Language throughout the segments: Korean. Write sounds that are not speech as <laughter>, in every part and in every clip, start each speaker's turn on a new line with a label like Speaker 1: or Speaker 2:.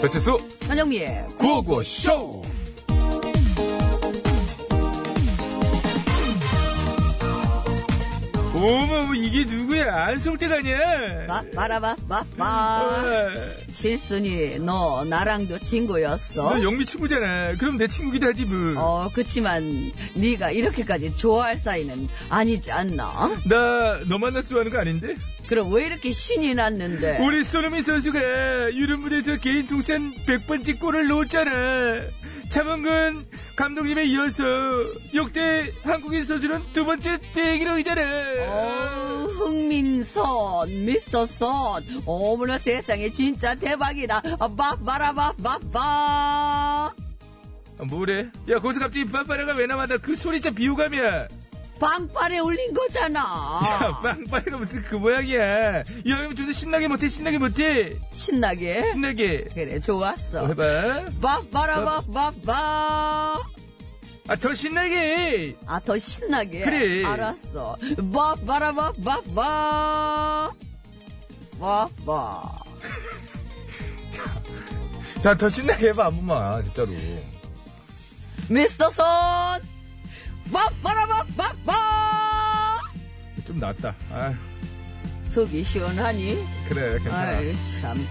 Speaker 1: 배치수
Speaker 2: 전영미의
Speaker 1: 구호구쇼
Speaker 3: 어머 이게 누구야 안성택 아니야 어,
Speaker 2: 마, 말아봐, 마, 마. 칠순이, 너 나랑도 친구였어.
Speaker 3: 너 영미 친구잖아 그럼 내 친구기도 하지 뭐나
Speaker 2: 어, 그치만, 네가 이렇게까지 좋아할 사이는 아니지 않나?
Speaker 3: 너 만났어 하는 거 아닌데
Speaker 2: 그럼 왜 이렇게 신이 났는데?
Speaker 3: 우리 손흥민 선수가 유럽 무대에서 개인 통산 100번째 골을 넣었잖아 차범근 감독님에 이어서 역대 한국인 선수는 두 번째 대기록이잖아
Speaker 2: 어, 흥민선, 미스터 선. 어머나 세상에 진짜 대박이다. 아, 마, 말아봐, 마, 마.
Speaker 3: 아, 뭐래 야 거기서 갑자기 빵빠레가 왜 나와 나그 소리 진짜 비호감이야
Speaker 2: 방팔에 울린 거잖아.
Speaker 3: 야, 빵빠레가 무슨 그 모양이야. 이 형님 좀더 신나게 못해, 신나게 못해.
Speaker 2: 신나게?
Speaker 3: 신나게.
Speaker 2: 그래,
Speaker 3: 어,
Speaker 2: 좋았어.
Speaker 3: 해봐.
Speaker 2: 바, 바라바, 바, 바.
Speaker 3: 아, 더 신나게.
Speaker 2: 아, 더 신나게.
Speaker 3: 그래.
Speaker 2: 알았어. 뭐, 바, 바라바, 뭐. 바, 바. 바, 바.
Speaker 3: 자, 더 신나게 해봐, 한 번만, 진짜로.
Speaker 2: 미스터 뭐, 손! 바, 바라바, 뭐. 바, 바.
Speaker 3: 좀 낫다. 아,
Speaker 2: 속이 시원하니?
Speaker 3: 그래, 괜찮아.
Speaker 2: 아유, 예. 참.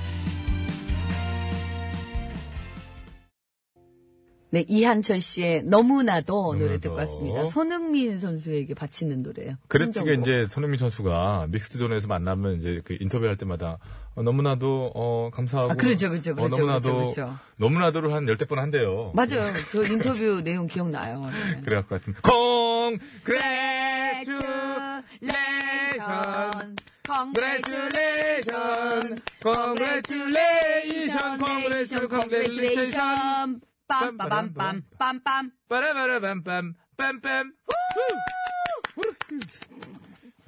Speaker 2: 네, 이한철 씨의 너무나도 노래
Speaker 1: 너무나도.
Speaker 2: 듣고 왔습니다. 손흥민 선수에게 바치는 노래예요.
Speaker 1: 그랬지가
Speaker 2: 한정으로.
Speaker 1: 이제 손흥민 선수가 믹스존에서 만나면 이제 그 인터뷰할 때마다 어, 너무나도 어, 감사하고
Speaker 2: 아, 그렇죠, 그렇죠,
Speaker 1: 어,
Speaker 2: 그렇죠,
Speaker 1: 너무나도
Speaker 2: 그렇죠, 그렇죠.
Speaker 1: 너무나도를 한 열댓 번 한대요.
Speaker 2: 맞아요. 저 인터뷰 <laughs> 내용 기억나요. 네.
Speaker 1: 그래갖고 하여튼 congratulation, congratulation, congratulation, congratulation, congratulation.
Speaker 2: 빰빠밤빰, 빰빰.
Speaker 3: 빠라바라밤빰, 빰빰.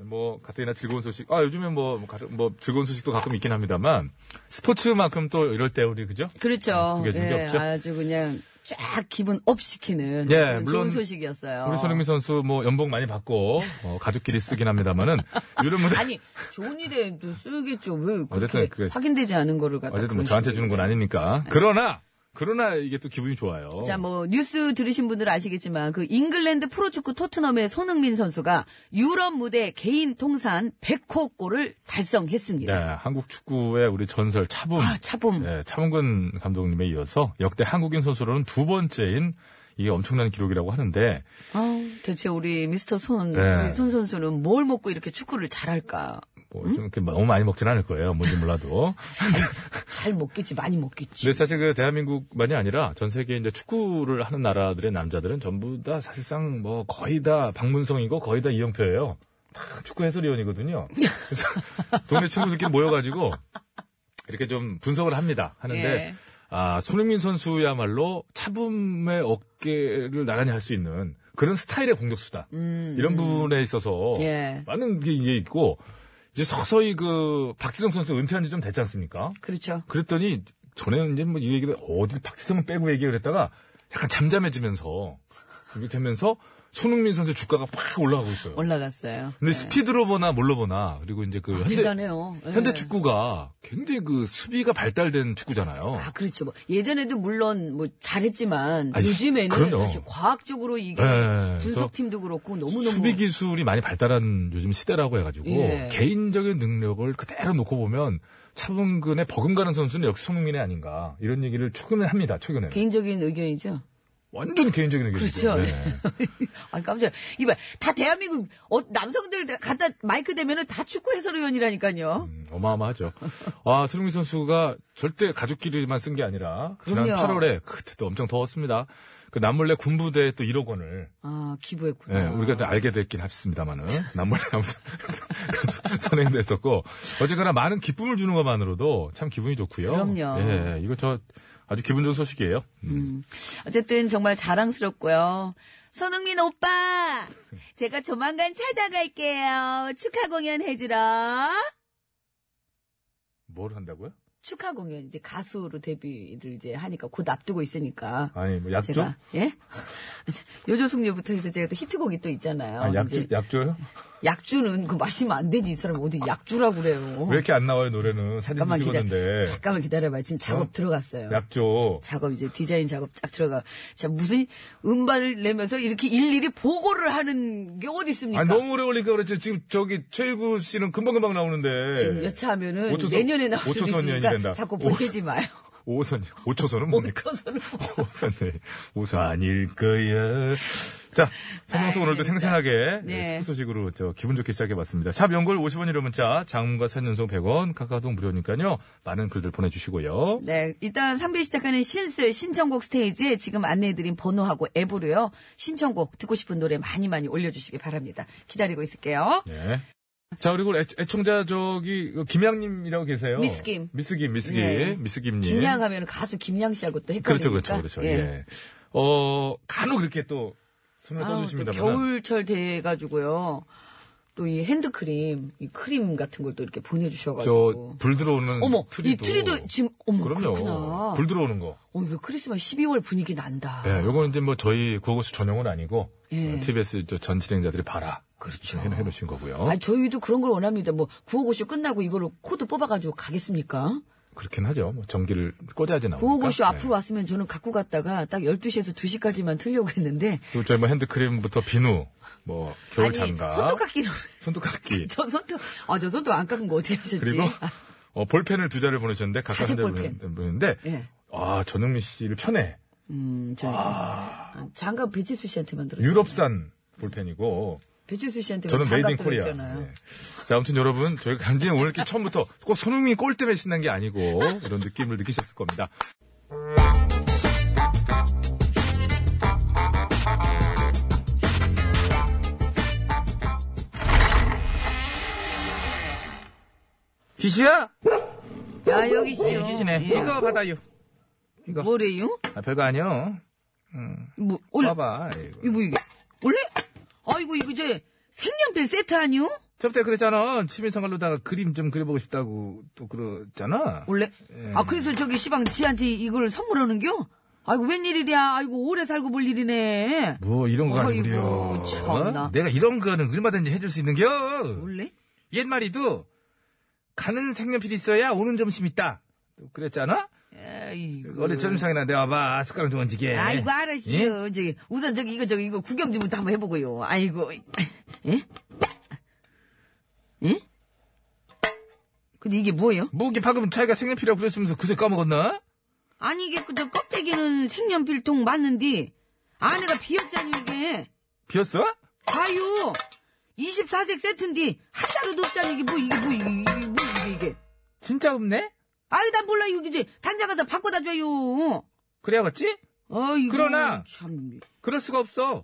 Speaker 1: 뭐 가뜩이나 즐거운 소식. 아 요즘에 뭐, 가- 뭐 즐거운 소식도 가끔 있긴 합니다만 스포츠만큼 또 이럴 때 우리 그죠?
Speaker 2: 그렇죠.
Speaker 1: 그게
Speaker 2: 예,
Speaker 1: 중요하죠.
Speaker 2: 아주 그냥 쫙 기분 업 시키는
Speaker 1: 예,
Speaker 2: 그런
Speaker 1: 물론
Speaker 2: 좋은 소식이었어요.
Speaker 1: 우리 손흥민 선수 뭐 연봉 많이 받고 어, 가족끼리 쓰긴 뭐, 합니다만은
Speaker 2: <laughs>
Speaker 1: 유럽 무대
Speaker 2: 아니 좋은 일에 또 쓰겠죠. 왜 그렇게
Speaker 1: 어쨌든 그게-
Speaker 2: 확인되지 않은 거를 갖다
Speaker 1: 어쨌든 뭐
Speaker 2: 아, 그런
Speaker 1: 저한테
Speaker 2: 식으로 네.
Speaker 1: 주는 건
Speaker 2: 얘기해요.
Speaker 1: 아니니까 그러나 그러나 이게 또 기분이 좋아요.
Speaker 2: 자, 뭐 뉴스 들으신 분들은 아시겠지만 그 잉글랜드 프로축구 토트넘의 손흥민 선수가 유럽 무대 개인 통산 100호 골을
Speaker 1: 네,
Speaker 2: 달성했습니다.
Speaker 1: 한국 축구의 우리 전설 차붐
Speaker 2: 아, 차붐.
Speaker 1: 네, 차범근 감독님에 이어서 역대 한국인 선수로는 두 번째인 이게 엄청난 기록이라고 하는데
Speaker 2: 아우, 대체 우리 미스터 손,
Speaker 1: 네.
Speaker 2: 우리 손 선수는 뭘 먹고 이렇게 축구를 잘할까?
Speaker 1: 뭐
Speaker 2: 음?
Speaker 1: 좀 이렇게 너무 많이 먹진 않을 거예요. 뭔지 몰라도.
Speaker 2: 잘 먹겠지, 많이 먹겠지.
Speaker 1: 근데 사실 그 대한민국만이 아니라 전 세계 이제 축구를 하는 나라들의 남자들은 전부 다 사실상 뭐 거의 다 박문성이고 거의 다 이영표예요. 다 축구 해설위원이거든요.
Speaker 2: <laughs>
Speaker 1: 그래서 동네 친구들끼리 모여가지고 이렇게 좀 분석을 합니다. 하는데
Speaker 2: 예.
Speaker 1: 아 손흥민 선수야말로 차붐의 어깨를 나란히 할 수 있는 그런 스타일의 공격수다.
Speaker 2: 음,
Speaker 1: 이런
Speaker 2: 음.
Speaker 1: 부분에 있어서
Speaker 2: 예.
Speaker 1: 많은 게 이게 있고 이제 서서히 그 박지성 선수 은퇴한 지 좀 됐지 않습니까?
Speaker 2: 그렇죠.
Speaker 1: 그랬더니 전에는 이제 뭐이 얘기를 어디 박지성은 빼고 얘기를 했다가 약간 잠잠해지면서 그게 되면서 손흥민 선수 주가가 팍 올라가고 있어요.
Speaker 2: 올라갔어요. 네.
Speaker 1: 근데 스피드로 보나 뭘로 보나 그리고 이제 그 현대,
Speaker 2: 대단해요. 예.
Speaker 1: 현대 축구가 굉장히 그 수비가 발달된 축구잖아요.
Speaker 2: 아, 그렇죠. 뭐 예전에도 물론 뭐 잘했지만
Speaker 1: 아이씨,
Speaker 2: 요즘에는
Speaker 1: 그럼요.
Speaker 2: 사실 과학적으로 이게
Speaker 1: 예,
Speaker 2: 분석팀도 그렇고 너무너무
Speaker 1: 수비 기술이 많이 발달한 요즘 시대라고 해가지고
Speaker 2: 예.
Speaker 1: 개인적인 능력을 그대로 놓고 보면 차범근의 버금가는 선수는 역시 손흥민이 아닌가 이런 얘기를 최근에 합니다. 최근에
Speaker 2: 개인적인 의견이죠.
Speaker 1: 완전 개인적인 의견이죠.
Speaker 2: 그렇죠.
Speaker 1: 네.
Speaker 2: <laughs> 아 깜짝. 이봐 다 대한민국 어, 남성들 다 갖다 마이크 대면은 다 축구 해설위원이라니까요.
Speaker 1: 음, 어마어마하죠. 아, 손흥민 선수가 절대 가족끼리만 쓴 게 아니라 지난
Speaker 2: 그럼요.
Speaker 1: 8월에 그때도 엄청 더웠습니다. 그 남몰래 군부대에 또 1억 원을
Speaker 2: 아
Speaker 1: 예,
Speaker 2: 기부했구나.
Speaker 1: 우리가 또 알게 됐긴 합습니다만은 남몰래 아무튼 그것도 <laughs> 선행됐었고 어쨌거나 많은 기쁨을 주는 것만으로도 참 기분이 좋고요.
Speaker 2: 그럼요.
Speaker 1: 예, 이거 저 아주 기분 좋은 소식이에요.
Speaker 2: 음. 어쨌든 정말 자랑스럽고요. 손흥민 오빠, 제가 조만간 찾아갈게요. 축하 공연 해주러.
Speaker 1: 뭘 한다고요?
Speaker 2: 축하 공연 이제 가수로 데뷔를 이제 하니까 곧 앞두고 있으니까
Speaker 1: 아니 뭐 약조?
Speaker 2: <laughs> 제가 예 요조숙녀부터 해서 제가 또 히트곡이 또 있잖아요.
Speaker 1: 아, 약조
Speaker 2: 이제
Speaker 1: 약조요?
Speaker 2: 약주는 그 마시면 안 되지. 이 사람 어디 약주라고 그래요.
Speaker 4: 왜 이렇게 안 나와요, 노래는? 사진도
Speaker 2: 잠깐만 기다
Speaker 4: 찍었는데.
Speaker 2: 잠깐만 기다려봐요. 지금 작업
Speaker 4: 어?
Speaker 2: 들어갔어요.
Speaker 4: 약조.
Speaker 2: 작업 이제 디자인 작업 쫙 들어가. 자 무슨 음반을 내면서 이렇게 일일이 보고를 하는 게 어디 있습니까?
Speaker 4: 아니, 너무 오래 걸리니까 그렇죠. 그렇지. 지금 저기 최일구 씨는 금방금방 나오는데.
Speaker 2: 지금 여차하면은
Speaker 4: 네. 오초선-
Speaker 2: 내년에 나올 수도
Speaker 4: 오초선 그러니까. 연이 된다.
Speaker 2: 있으니까 자꾸 보채지
Speaker 4: <laughs>
Speaker 2: 마요.
Speaker 4: 5호선, 5초선은 뭡니까? <laughs>
Speaker 2: 오초선은 뭐-
Speaker 4: 5호선, 5호선일 거야. 자, 성명수
Speaker 2: 아이,
Speaker 4: 오늘도
Speaker 2: 진짜.
Speaker 4: 생생하게
Speaker 2: 네.
Speaker 4: 네, 축구 소식으로 저 기분 좋게 시작해봤습니다. 샵 연골 50원 이로 문자, 장문과 3연속 100원, 카카오톡 무료니까요. 많은 글들 보내주시고요.
Speaker 2: 네, 일단 3부에 시작하는 신스 신청곡 스테이지에 지금 안내해드린 번호하고 앱으로요. 신청곡 듣고 싶은 노래 많이 많이 올려주시기 바랍니다. 기다리고 있을게요.
Speaker 4: 네. 자, 그리고 애, 애청자 저기 그 김양님이라고 계세요.
Speaker 2: 미스 김.
Speaker 4: 미스김, 미스김,
Speaker 2: 네.
Speaker 4: 미스김님.
Speaker 2: 김양 하면 가수 김양 씨하고 또 헷갈리니까.
Speaker 4: 그렇죠, 그렇죠, 그렇죠. 예. 어, 간혹 이렇게 또 손을
Speaker 2: 아우, 또
Speaker 4: 써주십니다만.
Speaker 2: 겨울철 돼가지고요. 또 이 핸드크림, 이 크림 같은 걸 또 이렇게 보내주셔가지고.
Speaker 4: 저불 들어오는
Speaker 2: 어머,
Speaker 4: 트리도.
Speaker 2: 이 트리도 지금, 어머, 그렇구
Speaker 4: 그럼요.
Speaker 2: 나
Speaker 4: 불 들어오는 거.
Speaker 2: 어, 이거 크리스마스 12월 분위기 난다.
Speaker 4: 예, 요거는 이제 뭐 저희 구호고수 전용은 아니고
Speaker 2: 아. 예.
Speaker 4: 어, TBS 저전 진행자들이 봐라.
Speaker 2: 그렇죠.
Speaker 4: 해, 해놓으신 거고요.
Speaker 2: 아, 저희도 그런 걸 원합니다. 뭐, 구호고쇼 끝나고 이걸로 코드 뽑아가지고 가겠습니까?
Speaker 4: 그렇긴 하죠. 뭐 전기를 꽂아야지 나오니까.
Speaker 2: 구호고쇼
Speaker 4: 예.
Speaker 2: 앞으로 왔으면 저는 갖고 갔다가 딱 12시에서 2시까지만 틀려고 했는데.
Speaker 4: 그리고 저희 뭐 핸드크림부터 비누, 뭐 <laughs> 겨울
Speaker 2: 아니,
Speaker 4: 장갑,
Speaker 2: 손톱깎이로.
Speaker 4: 손톱깎이,
Speaker 2: <laughs> 저 손톱, 아, 저 손톱 안 깎은 거 어떻게 하셨지? 아,
Speaker 4: 그리고 어, 볼펜을 두 자를 보내셨는데 각각
Speaker 2: 자색
Speaker 4: 한 자를
Speaker 2: 볼펜.
Speaker 4: 보내는데
Speaker 2: 예.
Speaker 4: 아 전용민 씨를 편해.
Speaker 2: 음, 저는. 아, 장갑 배지수 씨한테만 들었어요.
Speaker 4: 네. 유럽산 볼펜이고
Speaker 2: 배지수 씨한테
Speaker 4: 저는
Speaker 2: 장갑
Speaker 4: 메이드 인 코리아.
Speaker 2: 들어있잖아요.
Speaker 4: 네. 자, 아무튼 여러분, 저희 강진이 오늘 이렇게 처음부터 꼭 손흥민 골 때문에 신난 게 아니고 이런 느낌을 느끼셨을 겁니다.
Speaker 1: 디시야?
Speaker 2: 야, 여기 씨요.
Speaker 1: 디시네.
Speaker 2: 예.
Speaker 1: 어, 예. 이거 받아요. 이거.
Speaker 2: 뭐래요?
Speaker 1: 아, 별거 아니요.
Speaker 2: 뭐, 원래,
Speaker 1: 봐봐. 이거.
Speaker 2: 이거 뭐 이게? 원래? 아이고, 이거 이제 색연필 세트 아니요?
Speaker 1: 저번에 그랬잖아. 취미생활로다가 그림 좀 그려보고 싶다고 또 그러잖아.
Speaker 2: 원래?
Speaker 4: 예.
Speaker 2: 아, 그래서 저기 시방 지한테 이걸 선물하는겨? 아이고, 웬일이랴. 아이고, 오래 살고 볼 일이네.
Speaker 1: 뭐 이런 거
Speaker 2: 아이고, 뭐
Speaker 1: 아니구려.
Speaker 2: 참나.
Speaker 1: 내가 이런 거는 얼마든지 해줄 수 있는겨.
Speaker 2: 원래?
Speaker 1: 옛말이도 가는 색연필 있어야 오는 점심 있다. 또 그랬잖아.
Speaker 2: 에이구.
Speaker 1: 원래 점심상이나 내가 봐 숟가락 좀 얹지게.
Speaker 2: 그
Speaker 1: 예?
Speaker 2: 아이고, 알았어요.
Speaker 4: 예?
Speaker 2: 저기, 우선 저기, 이거, 저기, 이거 구경 좀부터 한번 해보고요. 아이고. 예? 예? 근데 이게 뭐예요?
Speaker 1: 뭐 이게 방금 자기가 색연필이라고 그랬으면서 그새 까먹었나?
Speaker 2: 아니, 이게, 그, 저, 껍데기는 색연필통 맞는데, 안에가 비었잖아요, 이게.
Speaker 1: 비었어?
Speaker 2: 봐요! 24색 세트인데, 한 달에도 없잖아요, 이게 뭐, 이게 뭐, 이게, 이게 뭐, 이게, 이게.
Speaker 1: 진짜 없네?
Speaker 2: 아유, 난 몰라, 이거 이제, 당장 가서 바꿔다 줘요.
Speaker 1: 그래야겠지?
Speaker 2: 어이구.
Speaker 1: 그러나.
Speaker 2: 참.
Speaker 1: 그럴 수가 없어.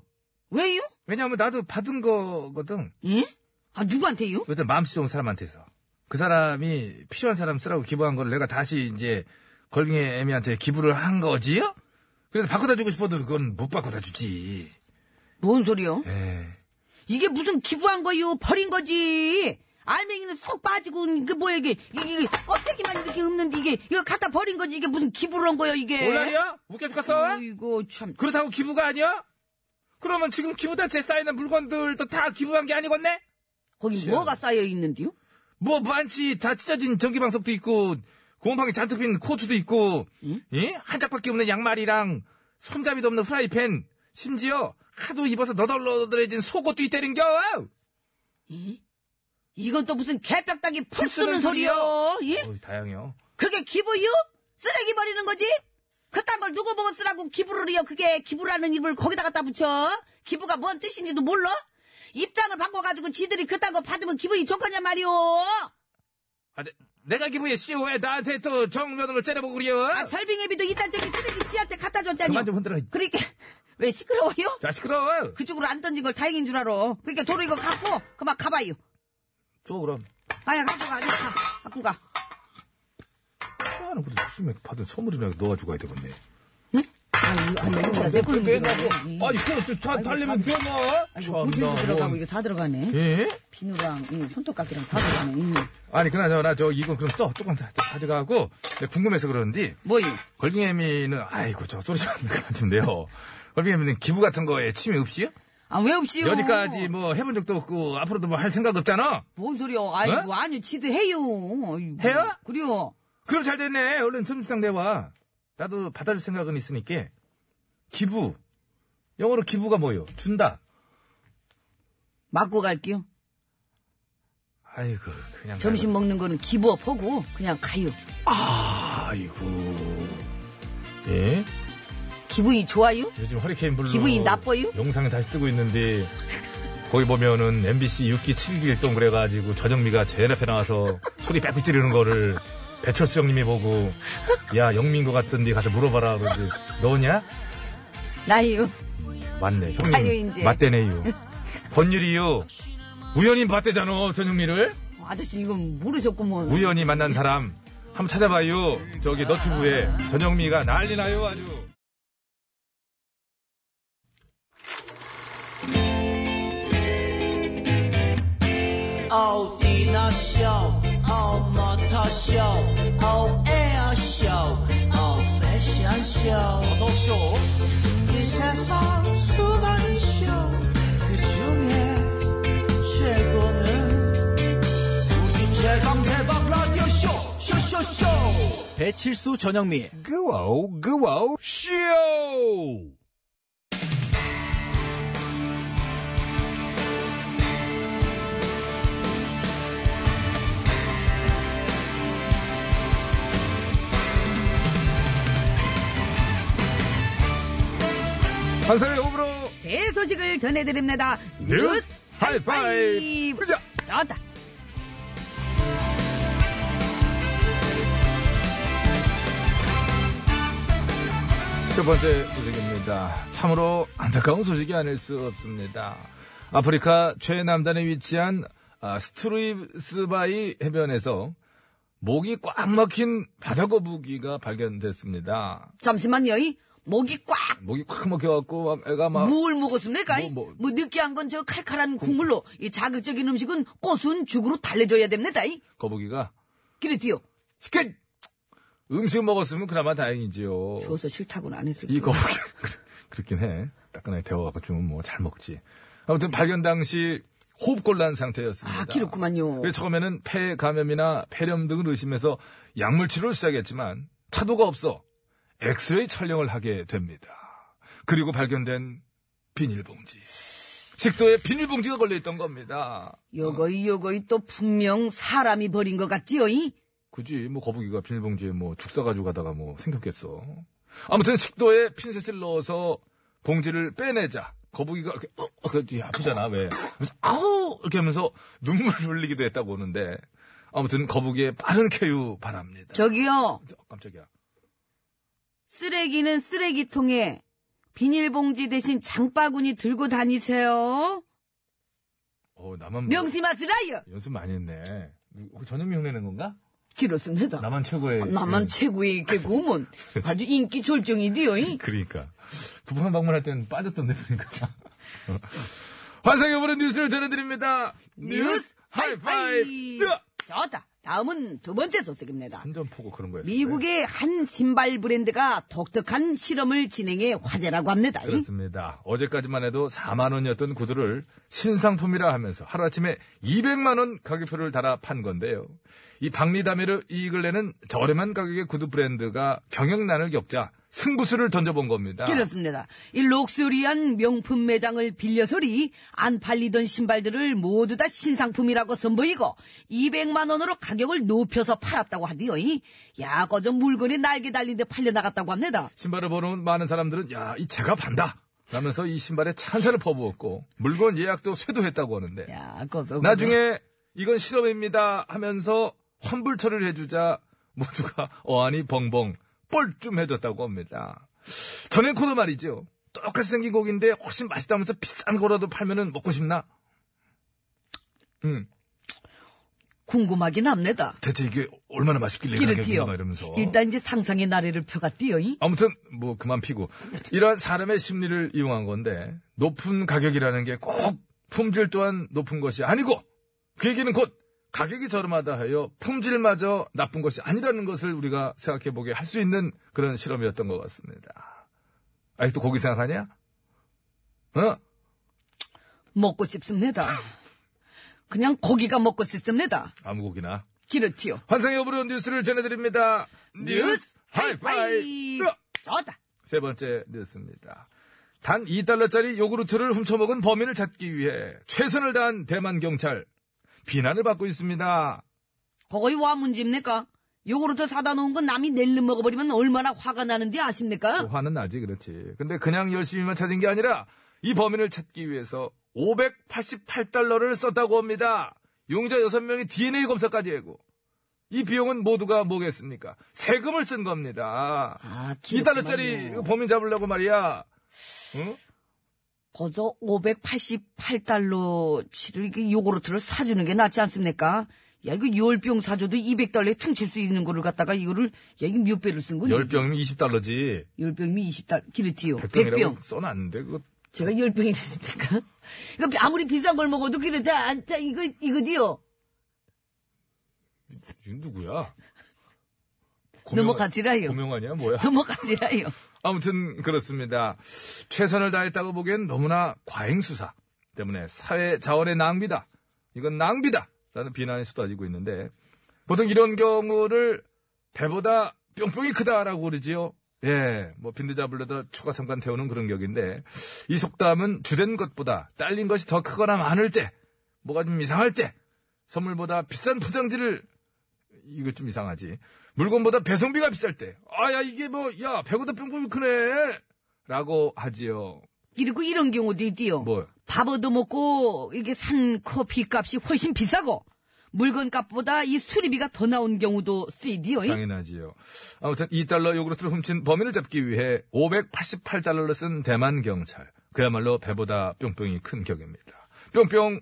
Speaker 2: 왜요?
Speaker 1: 왜냐하면 나도 받은 거거든.
Speaker 2: 예? 아, 누구한테요?
Speaker 1: 어떤 마음씨 좋은 사람한테서. 그 사람이 필요한 사람 쓰라고 기부한 걸 내가 다시 이제 걸빙의 애미한테 기부를 한 거지요? 그래서 바꿔다 주고 싶어도 그건 못 바꿔다 주지. 예.
Speaker 2: 뭔 소리요?
Speaker 1: 에.
Speaker 2: 이게 무슨 기부한 거요? 버린 거지. 알맹이는 쏙 빠지고 이게 뭐야 이게 이게, 이게 껍데기만 이렇게 없는데 이게 이거 갖다 버린 거지 이게 무슨 기부를 한 거야 이게?
Speaker 1: 몰라요? 웃겨 죽겠어?
Speaker 2: 이거 참.
Speaker 1: 그렇다고 기부가 아니야? 그러면 지금 기부단체에 쌓이는 물건들도 다 기부한 게 아니겠네?
Speaker 2: 거기 뭐가 쌓여 있는데요?
Speaker 1: 뭐 많지 다 찢어진 전기방석도 있고 공방에 잔뜩 빈 코트도 있고 예? 한 짝밖에 없는 양말이랑 손잡이도 없는 프라이팬 심지어 하도 입어서 너덜너덜해진 속옷도 있다는겨
Speaker 2: 이건 또 무슨 개벽당이 풀 쓰는
Speaker 1: 쓰는 소리요.
Speaker 2: 소리요? 예?
Speaker 1: 어이 다양해요
Speaker 2: 그게 기부요? 쓰레기 버리는 거지? 그딴 걸 누구 보고 쓰라고 기부를 해요? 그게 기부라는 이름을 거기다 갖다 붙여? 기부가 뭔 뜻인지도 몰라? 입장을 바꿔가지고 지들이 그딴 거 받으면 기분이 좋겠냐 말이오?
Speaker 1: 아, 내, 내가 E 기부에 씌왜 나한테 또 정면으로 째려보고 그래요
Speaker 2: 아, 절빙애비도 이딴 저기 쓰레기 지한테 갖다 줬잖니.
Speaker 1: 그만 좀 흔들어
Speaker 2: 그러니까, 왜 시끄러워요?
Speaker 1: 자 시끄러워
Speaker 2: 그쪽으로 안 던진 걸 다행인 줄 알아. 그러니까 도로 이거 갖고, 그만 가봐요.
Speaker 1: 줘 그럼
Speaker 2: 아야, 갖고 가, 이리 가. 갖고 가.
Speaker 1: 나는 그래도 무슨 받은 선물이나 넣어가지고 가야 되겠네
Speaker 2: 응? 아유, 아유, 내 거는
Speaker 1: 왜
Speaker 2: 이거
Speaker 1: 가고
Speaker 2: 아니야.
Speaker 1: 아니 그거 다 달리면 되나 뭐.
Speaker 2: 아이고, 비누 들어가고 이게 다 들어가네.
Speaker 1: 예?
Speaker 2: 비누랑 이 손톱깎이랑 다 들어가네. 이.
Speaker 1: 아니 그나저나 저 이건 그럼 써 조금 다, 다 가져가고 내가 궁금해서 그러는데
Speaker 2: 뭐요?
Speaker 1: <laughs> 걸빙애미는 아이고 저 소리 좀 안 들리는데요 걸빙애미는 기부 같은 거에 취미 없이요?
Speaker 2: 아, 왜 없이요?
Speaker 1: 여지까지 뭐 해본 적도 없고 앞으로도 뭐 할 생각 없잖아.
Speaker 2: 뭔 소리요? 아이고, 아니요. 지도 해요. 아이고.
Speaker 1: 어? 해요?
Speaker 2: 그래요.
Speaker 1: 그럼 잘 됐네. 얼른 틈상 내와. 나도 받아줄 생각은 있으니까. 기부. 영어로 기부가 뭐요? 준다.
Speaker 2: 맞고 갈게요.
Speaker 1: 아이고 그냥
Speaker 2: 점심 먹는 거는 기부업하고 그냥 가요.
Speaker 1: 아, 아이고 예
Speaker 2: 기분이 좋아요?
Speaker 5: 요즘 허리케인 블루
Speaker 2: 기분이 나빠요?
Speaker 5: 영상이 다시 뜨고 있는데 거기 보면은 MBC 6기 7기 일동 그래가지고 전영미가 제일 앞에 나와서 소리 빽빽 지르는 거를 배철수 형님이 보고 야 영민 거 같던데 가서 물어봐라 그러지 너냐?
Speaker 2: 나요.
Speaker 5: 맞네
Speaker 2: 아유,
Speaker 5: 형님
Speaker 2: 이제.
Speaker 5: 맞대네요 권율이요 우연히 봤대잖아 전영미를
Speaker 2: 아저씨 이건 모르셨구먼.
Speaker 5: 우연히 만난 사람 한번 찾아봐요 저기 너튜브에 전영미가 난리나요 아주
Speaker 6: 어디나 쇼 어머터 쇼 어에어 쇼 어패션 쇼 어서 쇼이 세상 수많은 쇼그 중에 최고는 우주 최강 대박 라디오 쇼 쇼쇼쇼 배칠수 전영미
Speaker 1: 그와우 그와우 쇼 한산의 오브로
Speaker 2: 새 소식을 전해드립니다.
Speaker 1: 뉴스 하이파이브
Speaker 2: 하이파이브.
Speaker 1: 그자
Speaker 2: 좋다.
Speaker 1: 첫 번째 소식입니다. 참으로 안타까운 소식이 아닐 수 없습니다. 아프리카 최남단에 위치한 아, 스트루이스바이 해변에서 목이 꽉 막힌 바다거북이가 발견됐습니다.
Speaker 2: 잠시만요. 이 목이 꽉.
Speaker 1: 목이 꽉 막혀갖고 막 애가 막
Speaker 2: 뭘 먹었습니까? 이?
Speaker 1: 뭐, 뭐.
Speaker 2: 뭐 느끼한 건 저 칼칼한 국물로 이 자극적인 음식은 꽃은 죽으로 달래줘야 됩니다. 이.
Speaker 1: 거북이가
Speaker 2: 그랬디요.
Speaker 1: 시켓 음식 먹었으면 그나마 다행이지요.
Speaker 2: 줘서 싫다고는 안 했을
Speaker 1: 이
Speaker 2: 거예요.
Speaker 1: 거북이 <laughs> 그렇긴 해. 따끈하게 데워갖고 주면 뭐 잘 먹지. 아무튼 발견 당시 호흡곤란 상태였습니다.
Speaker 2: 아, 그렇구만요.
Speaker 1: 그래서 처음에는 폐 감염이나 폐렴 등을 의심해서 약물 치료를 시작했지만 차도가 없어 엑스레이 촬영을 하게 됩니다. 그리고 발견된 비닐봉지. 식도에 비닐봉지가 걸려있던 겁니다.
Speaker 2: 요거이 요거이 또 분명 사람이 버린 것 같지요. 이.
Speaker 1: 굳이 뭐 거북이가 비닐봉지에 뭐 죽사 가지고 가다가 뭐 생겼겠어. 아무튼 식도에 핀셋을 넣어서 봉지를 빼내자. 거북이가 이렇게 어, 어, 그 뒤에 아프잖아 왜? 그래서 아우 이렇게 하면서 눈물을 흘리기도 했다고 하는데 아무튼 거북이의 빠른 쾌유 바랍니다.
Speaker 2: 저기요.
Speaker 1: 어, 깜짝이야.
Speaker 2: 쓰레기는 쓰레기통에 비닐봉지 대신 장바구니 들고 다니세요.
Speaker 1: 어 나만
Speaker 2: 명심하시라요.
Speaker 1: 연습 많이 했네. 혹시 전현미 흉내낸 건가?
Speaker 2: 길었습니다.
Speaker 1: 나만 최고의
Speaker 2: 아,
Speaker 1: 예. 네. 아,
Speaker 2: 나만 최고의 개구먼 아주 인기 절정이디요. 이.
Speaker 1: 그러니까. 부산 방문할 때는 빠졌던데 보니까. 어. 환상의 오는 뉴스를 전해드립니다.
Speaker 2: 뉴스 하이파이브.
Speaker 1: 으아!
Speaker 2: 좋다. 다음은 두 번째 소식입니다.
Speaker 1: 완전 포고 그런 거였어요.
Speaker 2: 미국의 한 신발 브랜드가 독특한 실험을 진행해 화제라고 합니다. 이.
Speaker 1: 그렇습니다. 어제까지만 해도 4만 원이었던 구두를 신상품이라 하면서 하루아침에 200만 원 가격표를 달아 판 건데요. 이 박리담회로 이익을 내는 저렴한 가격의 구두 브랜드가 경영난을 겪자 승부수를 던져본 겁니다.
Speaker 2: 그렇습니다. 이 럭셔리한 명품 매장을 빌려서리 안 팔리던 신발들을 모두 다 신상품이라고 선보이고 200만 원으로 가격을 높여서 팔았다고 하디요. 이. 야, 거저 물건에 날개 달린 데 팔려나갔다고 합니다.
Speaker 1: 신발을 보는 많은 사람들은 야 이 제가 반다 라면서 이 신발에 찬사를 퍼부었고 물건 예약도 쇄도했다고 하는데
Speaker 2: 야, 거저. 거저.
Speaker 1: 어, 나중에 이건 실험입니다 하면서 환불 처리를 해주자 모두가 어안이 벙벙 뻘쭘 해졌다고 합니다. 전행코도 말이죠. 똑같이 생긴 고기인데 훨씬 맛있다면서 비싼 거라도 팔면은 먹고 싶나? 음,
Speaker 2: 궁금하긴 합니다.
Speaker 1: 대체 이게 얼마나 맛있길래
Speaker 2: 기르티요.
Speaker 1: 가격인가 이러면서.
Speaker 2: 일단 이제 상상의 나래를 펴갔디요. 이.
Speaker 1: 아무튼 뭐 그만 피고 이러한 사람의 심리를 이용한 건데 높은 가격이라는 게 꼭 품질 또한 높은 것이 아니고 그 얘기는 곧 가격이 저렴하다 하여 품질마저 나쁜 것이 아니라는 것을 우리가 생각해보게 할 수 있는 그런 실험이었던 것 같습니다. 아직도 고기 생각하냐? 어?
Speaker 2: 먹고 싶습니다. 그냥 고기가 먹고 싶습니다.
Speaker 1: 아무 곡이나.
Speaker 2: 기르티요.
Speaker 1: 환상의 오브로 뉴스를 전해드립니다. 뉴스 하이파이.
Speaker 2: 저다.
Speaker 1: 세 번째 뉴스입니다. 단 2달러짜리 요구르트를 훔쳐먹은 범인을 찾기 위해 최선을 다한 대만 경찰. 비난을 받고 있습니다.
Speaker 2: 그거이 와 문제입니까? 요구르트 사다 놓은 건 남이 낼름 먹어버리면 얼마나 화가 나는지 아십니까?
Speaker 1: 뭐 화는 나지, 그렇지. 근데 그냥 열심히만 찾은 게 아니라 이 범인을 찾기 위해서 588달러를 썼다고 합니다. 용자 6명이 DNA 검사까지 하고. 이 비용은 모두가 뭐겠습니까? 세금을 쓴 겁니다.
Speaker 2: 아,
Speaker 1: 2달러짜리 범인 잡으려고 말이야. 응?
Speaker 2: 거저 588달러치를 이게 요구르트를 사주는 게 낫지 않습니까? 야, 이거 열병 사줘도 200달러에 퉁칠 수 있는 거를 갖다가 이거를, 야, 이게 몇 배를 쓴 거니?
Speaker 1: 열병이면 20달러지.
Speaker 2: 10병이면 20달, 기르티요. 100병.
Speaker 1: 100병이라고 써놨는데, 그거.
Speaker 2: 제가 10병이 됐습니까? <laughs> 이거 아무리 비싼 걸 먹어도 기르티, 안, 짜, 이거, 이거디요.
Speaker 1: 이게 누구야?
Speaker 2: 넘어가지라요.
Speaker 1: 고명 아니야, 뭐야?
Speaker 2: 넘어가지라요.
Speaker 1: 아무튼 그렇습니다. 최선을 다했다고 보기엔 너무나 과잉 수사 때문에 사회 자원의 낭비다. 이건 낭비다라는 비난이 쏟아지고 있는데 보통 이런 경우를 배보다 뿅뿅이 크다라고 그러지요. 예, 뭐 빈대 잡으려다 초가삼간 태우는 그런 격인데 이 속담은 주된 것보다 딸린 것이 더 크거나 많을 때 뭐가 좀 이상할 때 선물보다 비싼 포장지를 이거 좀 이상하지. 물건보다 배송비가 비쌀 때, 아, 야, 이게 뭐, 야, 배보다 뿅뿅이 크네! 라고 하지요.
Speaker 2: 그리고 이런 경우도 있디요.
Speaker 1: 뭐,
Speaker 2: 밥 얻어먹고 이게 산 커피 값이 훨씬 비싸고 물건 값보다 이 수리비가 더 나온 경우도 쓰이디요.
Speaker 1: 당연하지요. 아무튼 2달러 요구르트를 훔친 범인을 잡기 위해 588달러를 쓴 대만 경찰. 그야말로 배보다 뿅뿅이 큰 격입니다. 뿅뿅,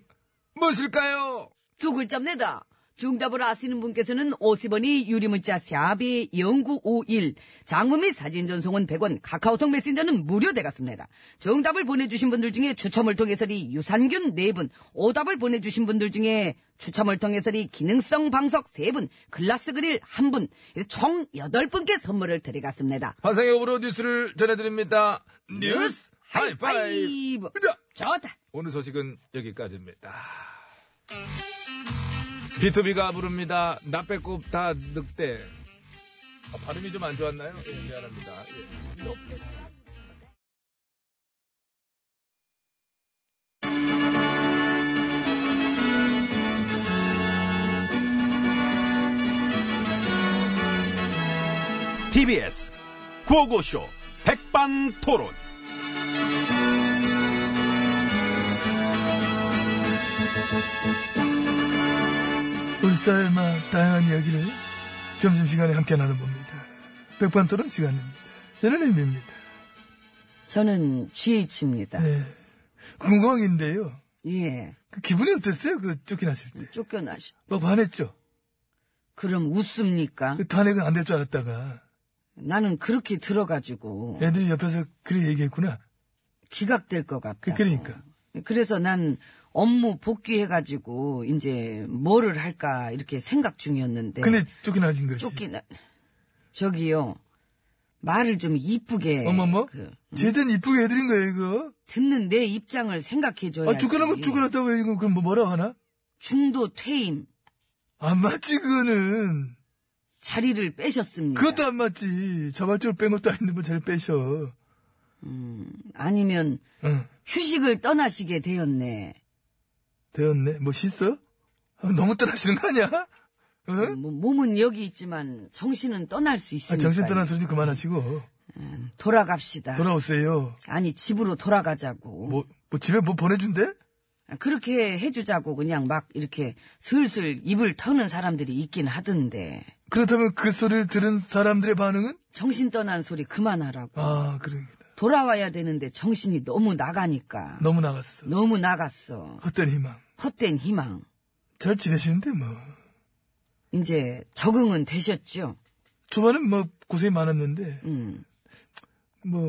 Speaker 1: 무엇일까요?
Speaker 2: 두 글자입 내다. 정답을 아시는 분께서는 50원이 유리문자 샵이 0951 장문 및 사진 전송은 100원 카카오톡 메신저는 무료되겠습니다. 정답을 보내주신 분들 중에 추첨을 통해서리 유산균 4분 오답을 보내주신 분들 중에 추첨을 통해서리 기능성 방석 3분 글라스 그릴 1분 총 8분께 선물을 드리겠습니다.
Speaker 1: 환상의 오브로 뉴스를 전해드립니다. 뉴스 하이파이브!
Speaker 2: 하이파이브.
Speaker 1: 으쌰!
Speaker 2: 좋다.
Speaker 1: 오늘 소식은 여기까지입니다. 비투비가 부릅니다. 나 빼고 다 늑대. 아, 발음이 좀 안 좋았나요? 예, 미안합니다. 예.
Speaker 7: TBS 구호고쇼 백반토론.
Speaker 8: 우리 사회의 막 다양한 이야기를 점심시간에 함께 나눠봅니다. 백반토론 시간입니다. 저는 의미입니다.
Speaker 2: 저는 GH입니다.
Speaker 8: 궁금한인데요.
Speaker 1: 네.
Speaker 2: 예.
Speaker 8: 그 기분이 어땠어요? 그 쫓겨나실 때.
Speaker 2: 쫓겨나시.
Speaker 8: 막 반했죠?
Speaker 2: 그럼 웃습니까?
Speaker 8: 그 탄핵은 안 될 줄 알았다가
Speaker 2: 나는 그렇게 들어가지고
Speaker 8: 애들이 옆에서 그리 얘기했구나.
Speaker 2: 기각될 것 같다.
Speaker 8: 그- 그러니까.
Speaker 2: 그래서 난 업무 복귀해가지고 이제 뭐를 할까 이렇게 생각 중이었는데
Speaker 8: 근데 쫓겨나신 거지.
Speaker 2: 쫓기나 저기요 말을 좀 이쁘게
Speaker 8: 어머머?
Speaker 2: 그,
Speaker 8: 제대로 이쁘게 해드린 거예요, 이거.
Speaker 2: 듣는 내 입장을 생각해줘야
Speaker 8: 아, 쫓겨나면 쫓겨났다고 해. 이거 그럼 뭐 뭐라 하나?
Speaker 2: 중도 퇴임
Speaker 8: 안 맞지, 그거는.
Speaker 2: 자리를 빼셨습니다.
Speaker 8: 그것도 안 맞지. 자발적으로 뺀 것도 아닌데 뭐 잘 빼셔. 어,
Speaker 2: 아니면
Speaker 8: 응.
Speaker 2: 휴식을 떠나시게 되었네.
Speaker 8: 되었네. 뭐 씻어? 아, 너무 떠나시는 거 아니야? 응?
Speaker 2: 뭐, 몸은 여기 있지만 정신은 떠날 수
Speaker 8: 네? 아,
Speaker 2: 있으니까.
Speaker 8: 정신 떠난 소리 좀 그만하시고
Speaker 2: 돌아갑시다.
Speaker 8: 돌아오세요.
Speaker 2: 아니 집으로 돌아가자고.
Speaker 8: 뭐, 뭐 집에 뭐 보내준대?
Speaker 2: 아, 그렇게 해주자고 그냥 막 이렇게 슬슬 입을 터는 사람들이 있긴 하던데
Speaker 8: 그렇다면 그 소리를 들은 사람들의 반응은?
Speaker 2: 정신 떠난 소리 그만하라고.
Speaker 8: 아, 그러겠다.
Speaker 2: 돌아와야 되는데 정신이 너무 나가니까.
Speaker 8: 너무 나갔어.
Speaker 2: 너무 나갔어.
Speaker 8: 헛된 희망.
Speaker 2: 헛된 희망.
Speaker 8: 잘 지내시는데 뭐.
Speaker 2: 이제 적응은 되셨죠?
Speaker 8: 초반엔 뭐 고생이 많았는데
Speaker 2: 음.
Speaker 8: 뭐,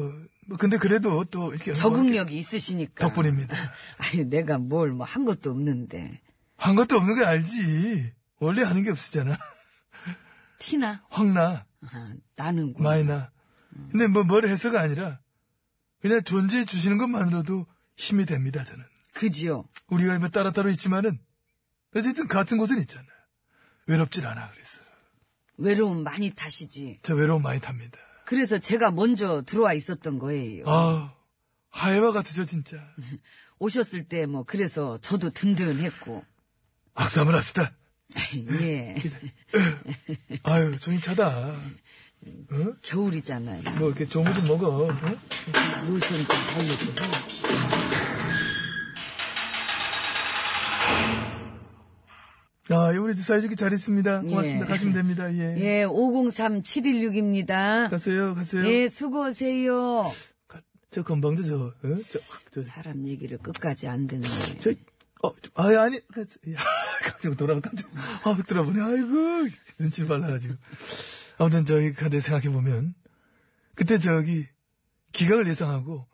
Speaker 8: 뭐 근데 그래도 또 이렇게 뭐
Speaker 2: 적응력이 있으시니까.
Speaker 8: 덕분입니다.
Speaker 2: 아니 내가 뭘 뭐 한 것도 없는데.
Speaker 8: 한 것도 없는 거 알지. 원래 하는 게 없었잖아. <laughs>
Speaker 2: 티나?
Speaker 8: 황나,
Speaker 2: 아, 나는구나.
Speaker 8: 마이나. 근데 뭐 뭘 해서가 아니라 그냥 존재해 주시는 것만으로도 힘이 됩니다. 저는.
Speaker 2: 그지요.
Speaker 8: 우리가 뭐 따로따로 있지만은 어쨌든 같은 곳은 있잖아. 외롭질 않아 그래서.
Speaker 2: 외로움 많이 타시지.
Speaker 8: 저 외로움 많이 탑니다.
Speaker 2: 그래서 제가 먼저 들어와 있었던 거예요.
Speaker 8: 아 하애와 같으셔 진짜.
Speaker 2: 오셨을 때 뭐 그래서 저도
Speaker 8: <laughs>
Speaker 2: 든든했고.
Speaker 8: 악수 한번 합시다.
Speaker 2: 예.
Speaker 8: 아유 종이 차다.
Speaker 2: 겨울이잖아요.
Speaker 8: 뭐 이렇게 좋은 거 좀 먹어. 응?
Speaker 2: 로션 좀 발라줘.
Speaker 8: 아 예, 우리 사이좋게 잘 있습니다. 고맙습니다.
Speaker 2: 예.
Speaker 8: 가시면 됩니다. 예.
Speaker 2: 예, 503716입니다.
Speaker 8: 가세요 가세요.
Speaker 2: 예, 수고하세요.
Speaker 8: 가- 저 건방져 저. 응? 저, 저, 저,
Speaker 2: 사람 얘기를 끝까지 안 듣네.
Speaker 8: 저 어, 저- 아니, 아니, 야, <laughs> 깜짝 놀아, 깜짝, 아, 돌아보네, 아이고, 눈치를 발라가지고. 아무튼, 저기, 가대 생각해보면, 그때 저기, 기각을 예상하고,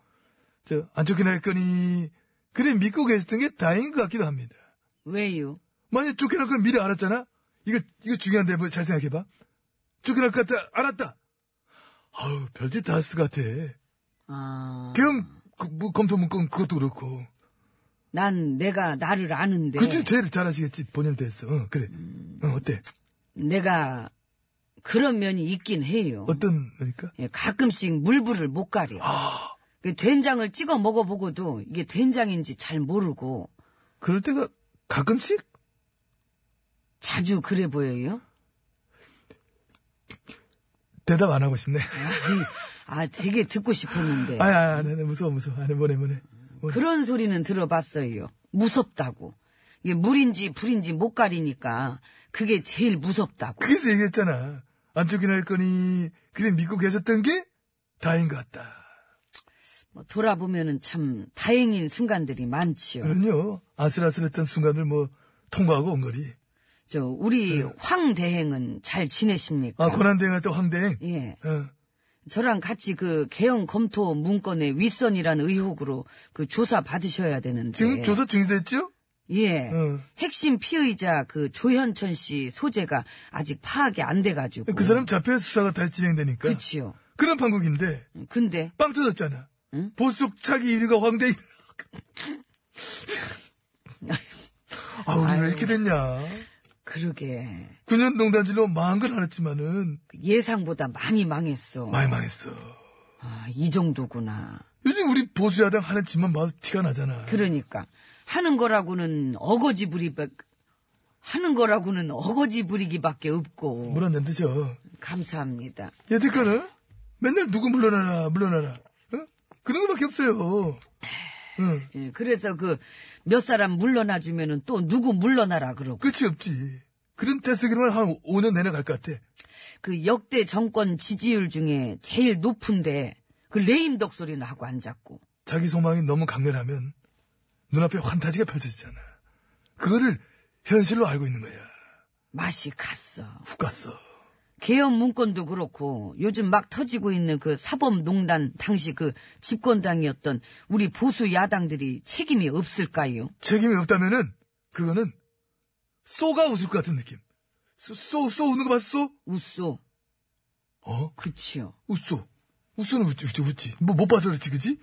Speaker 8: 저, 안 좋게 날 거니, 그래 믿고 계셨던 게 다행인 것 같기도 합니다.
Speaker 2: 왜요?
Speaker 8: 만약 쫓겨날 걸 미리 알았잖아? 이거, 이거 중요한데, 뭐, 잘 생각해봐. 쫓겨날 것 같다, 알았다! 아우, 별짓 다 했을 것 같아.
Speaker 2: 아,
Speaker 8: 그럼, 그, 뭐, 검토 문건 그것도 그렇고.
Speaker 2: 난 내가 나를 아는데
Speaker 8: 그치, 제일 잘하시겠지, 본인한테 했어. 어, 그래.
Speaker 2: 음.
Speaker 8: 어, 어때?
Speaker 2: 내가 그런 면이 있긴 해요.
Speaker 8: 어떤, 그러니까?
Speaker 2: 예, 가끔씩 물불을 못 가려.
Speaker 8: 아.
Speaker 2: 그 된장을 찍어 먹어보고도 이게 된장인지 잘 모르고
Speaker 8: 그럴 때가 가끔씩?
Speaker 2: 자주 그래 보여요.
Speaker 8: 대답 안 하고 싶네.
Speaker 2: 예. 아, 되게 듣고 싶었는데
Speaker 8: 아니, 아니, 아니, 무서워, 무서워. 아니, 뭐네, 뭐네. 뭐,
Speaker 2: 그런 소리는 들어봤어요. 무섭다고. 이게 물인지 불인지 못 가리니까 그게 제일 무섭다고.
Speaker 8: 그래서 얘기했잖아. 안 쫓겨날 거니, 그래 믿고 계셨던 게 다인 것 같다.
Speaker 2: 뭐 돌아보면은 참 다행인 순간들이 많지요.
Speaker 8: 그럼요. 아슬아슬했던 순간을 뭐, 통과하고 온 거니.
Speaker 2: 저 우리 황 대행은 잘 지내십니까?
Speaker 8: 아, 고난대행할 때 황대행.
Speaker 2: 예.
Speaker 8: 어.
Speaker 2: 저랑 같이 그 개헌 검토 문건의 윗선이라는 의혹으로 그 조사 받으셔야 되는데.
Speaker 8: 지금 조사 중지됐죠?
Speaker 2: 예.
Speaker 8: 어.
Speaker 2: 핵심 피의자 그 조현천 씨 소재가 아직 파악이 안 돼가지고.
Speaker 8: 그 사람 자폐 수사가 다시 진행되니까.
Speaker 2: 예. 그치요.
Speaker 8: 런 판국인데,
Speaker 2: 근데
Speaker 8: 빵 터졌잖아.
Speaker 2: 응?
Speaker 8: 보수적 차기 1위가
Speaker 2: <laughs>
Speaker 8: 황대행. 아, 우리 왜 이렇게 됐냐.
Speaker 2: 그러게
Speaker 8: 군년 농단질로 망한 건 알았지만은
Speaker 2: 예상보다 많이 망했어.
Speaker 8: 많이 망했어.
Speaker 2: 아, 이 정도구나.
Speaker 8: 요즘 우리 보수야당 하는 짓만 봐도 티가 나잖아.
Speaker 2: 그러니까 하는 거라고는 어거지 부리 하는 거라고는 어거지 부리기밖에 없고.
Speaker 8: 물 한 잔 드셔.
Speaker 2: 감사합니다.
Speaker 8: 여태껏은 어? 맨날 누구 물러나라 물러나라 어? 그런 거밖에 없어요. 응.
Speaker 2: 예, 그래서 그 몇 사람 물러나 주면은 또 누구 물러나라 그러고
Speaker 8: 끝이 없지. 그런 태스기로만 한 5년 내내 갈 것 같아.
Speaker 2: 그 역대 정권 지지율 중에 제일 높은데 그 레임덕 소리는 하고 앉았고
Speaker 8: 자기 소망이 너무 강렬하면 눈앞에 환타지가 펼쳐지잖아. 그거를 현실로 알고 있는 거야.
Speaker 2: 맛이 갔어.
Speaker 8: 훅 갔어.
Speaker 2: 개헌 문건도 그렇고 요즘 막 터지고 있는 그 사법농단 당시 그 집권당이었던 우리 보수 야당들이 책임이 없을까요?
Speaker 8: 책임이 없다면은 그거는 쏘가 웃을 것 같은 느낌. 쏘, 쏘, 쏘 우는 거 봤어? 쏘?
Speaker 2: 웃소
Speaker 8: 어?
Speaker 2: 그치요.
Speaker 8: 웃어. 웃어는 웃지, 웃지, 웃지. 뭐 못 봐서 그렇지, 그지?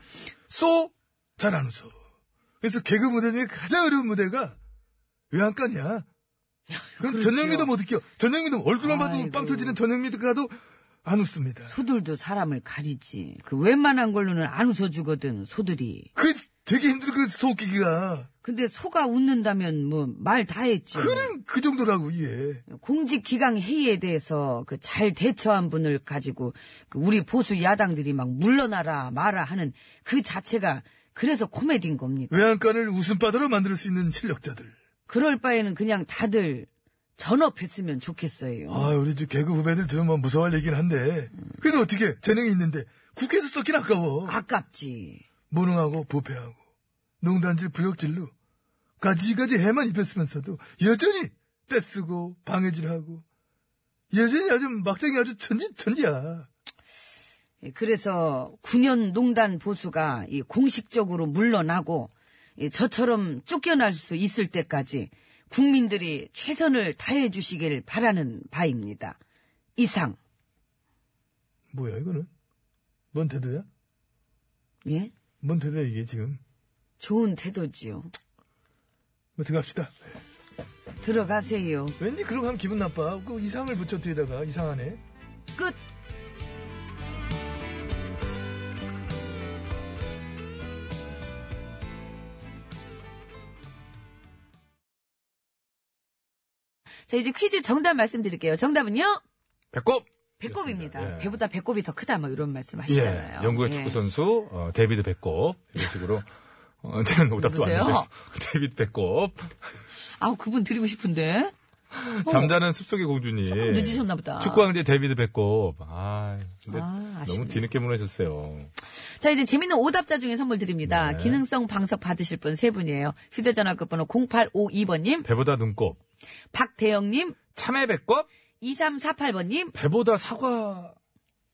Speaker 8: 쏘? 잘 안 웃어. 그래서 개그 무대 중에 가장 어려운 무대가 외양간이야. 그럼
Speaker 2: 그렇지요.
Speaker 8: 전영미도 못 웃겨. 전영미도 얼굴만 봐도
Speaker 2: 그렇죠. 아이고.
Speaker 8: 빵 터지는 전영미도 가도 안 웃습니다.
Speaker 2: 소들도 사람을 가리지. 그 웬만한 걸로는 안 웃어주거든 소들이.
Speaker 8: 그 되게 힘들어, 그소 웃기기가.
Speaker 2: 근데 소가 웃는다면 뭐 말 다 했죠.
Speaker 8: 그런 그 정도라고, 이해.
Speaker 2: 공직 기강 회의에 대해서 그 잘 대처한 분을 가지고 그 우리 보수 야당들이 막 물러나라 마라 하는 그 자체가 그래서 코미디인 겁니다.
Speaker 8: 외양간을 웃음바다로 만들 수 있는 실력자들.
Speaker 2: 그럴 바에는 그냥 다들 전업했으면 좋겠어요.
Speaker 8: 아, 우리 저 개그 후배들 들으면 무서워할 얘기긴 한데. 그래도 어떻게 재능이 있는데 국회에서 썼긴 아까워.
Speaker 2: 아깝지.
Speaker 8: 무능하고 부패하고 농단질 부역질로 가지가지 해만 입혔으면서도 여전히 떼쓰고 방해질하고 여전히 아주 막장이 아주 천진천지야.
Speaker 2: 예, 그래서 9년 농단 보수가 이 공식적으로 물러나고 이 저처럼 쫓겨날 수 있을 때까지 국민들이 최선을 다해 주시길 바라는 바입니다. 이상.
Speaker 8: 뭐야 이거는? 뭔 태도야?
Speaker 2: 예?
Speaker 8: 뭔 태도야 이게 지금?
Speaker 2: 좋은 태도지요.
Speaker 8: 뭐 들어갑시다.
Speaker 2: 들어가세요.
Speaker 8: 왠지 그런 거 하면 기분 나빠. 그 이상을 붙여 뒤에다가 이상하네.
Speaker 2: 끝. 자, 이제 퀴즈 정답 말씀드릴게요. 정답은요?
Speaker 9: 배꼽!
Speaker 2: 배꼽입니다.
Speaker 1: 예.
Speaker 2: 배보다 배꼽이 더 크다, 뭐 이런 말씀 하시잖아요.
Speaker 1: 예, 영국의
Speaker 2: 예.
Speaker 1: 축구 선수 어, 데이비드 배꼽 이런 식으로 어, <laughs> 저는 오답도
Speaker 2: 누구세요?
Speaker 1: 왔는데 <laughs> 데이비드 배꼽
Speaker 2: 아우, 그분 드리고 싶은데.
Speaker 1: 잠자는 숲속의 공주님
Speaker 2: 조금 늦으셨나보다.
Speaker 1: 예. 축구 황제 데이비드 배꼽 아 근데
Speaker 2: 아, 아쉽네.
Speaker 1: 너무 뒤늦게 보내셨어요
Speaker 2: 자, 이제 재밌는 오답자 중에 선물 드립니다.
Speaker 1: 네.
Speaker 2: 기능성 방석 받으실 분 세 분이에요. 휴대전화 끝번호 0852번님,
Speaker 1: 배보다 눈곱
Speaker 2: 박대영님,
Speaker 9: 참외 배꼽?
Speaker 2: 2348번님,
Speaker 1: 배보다 사과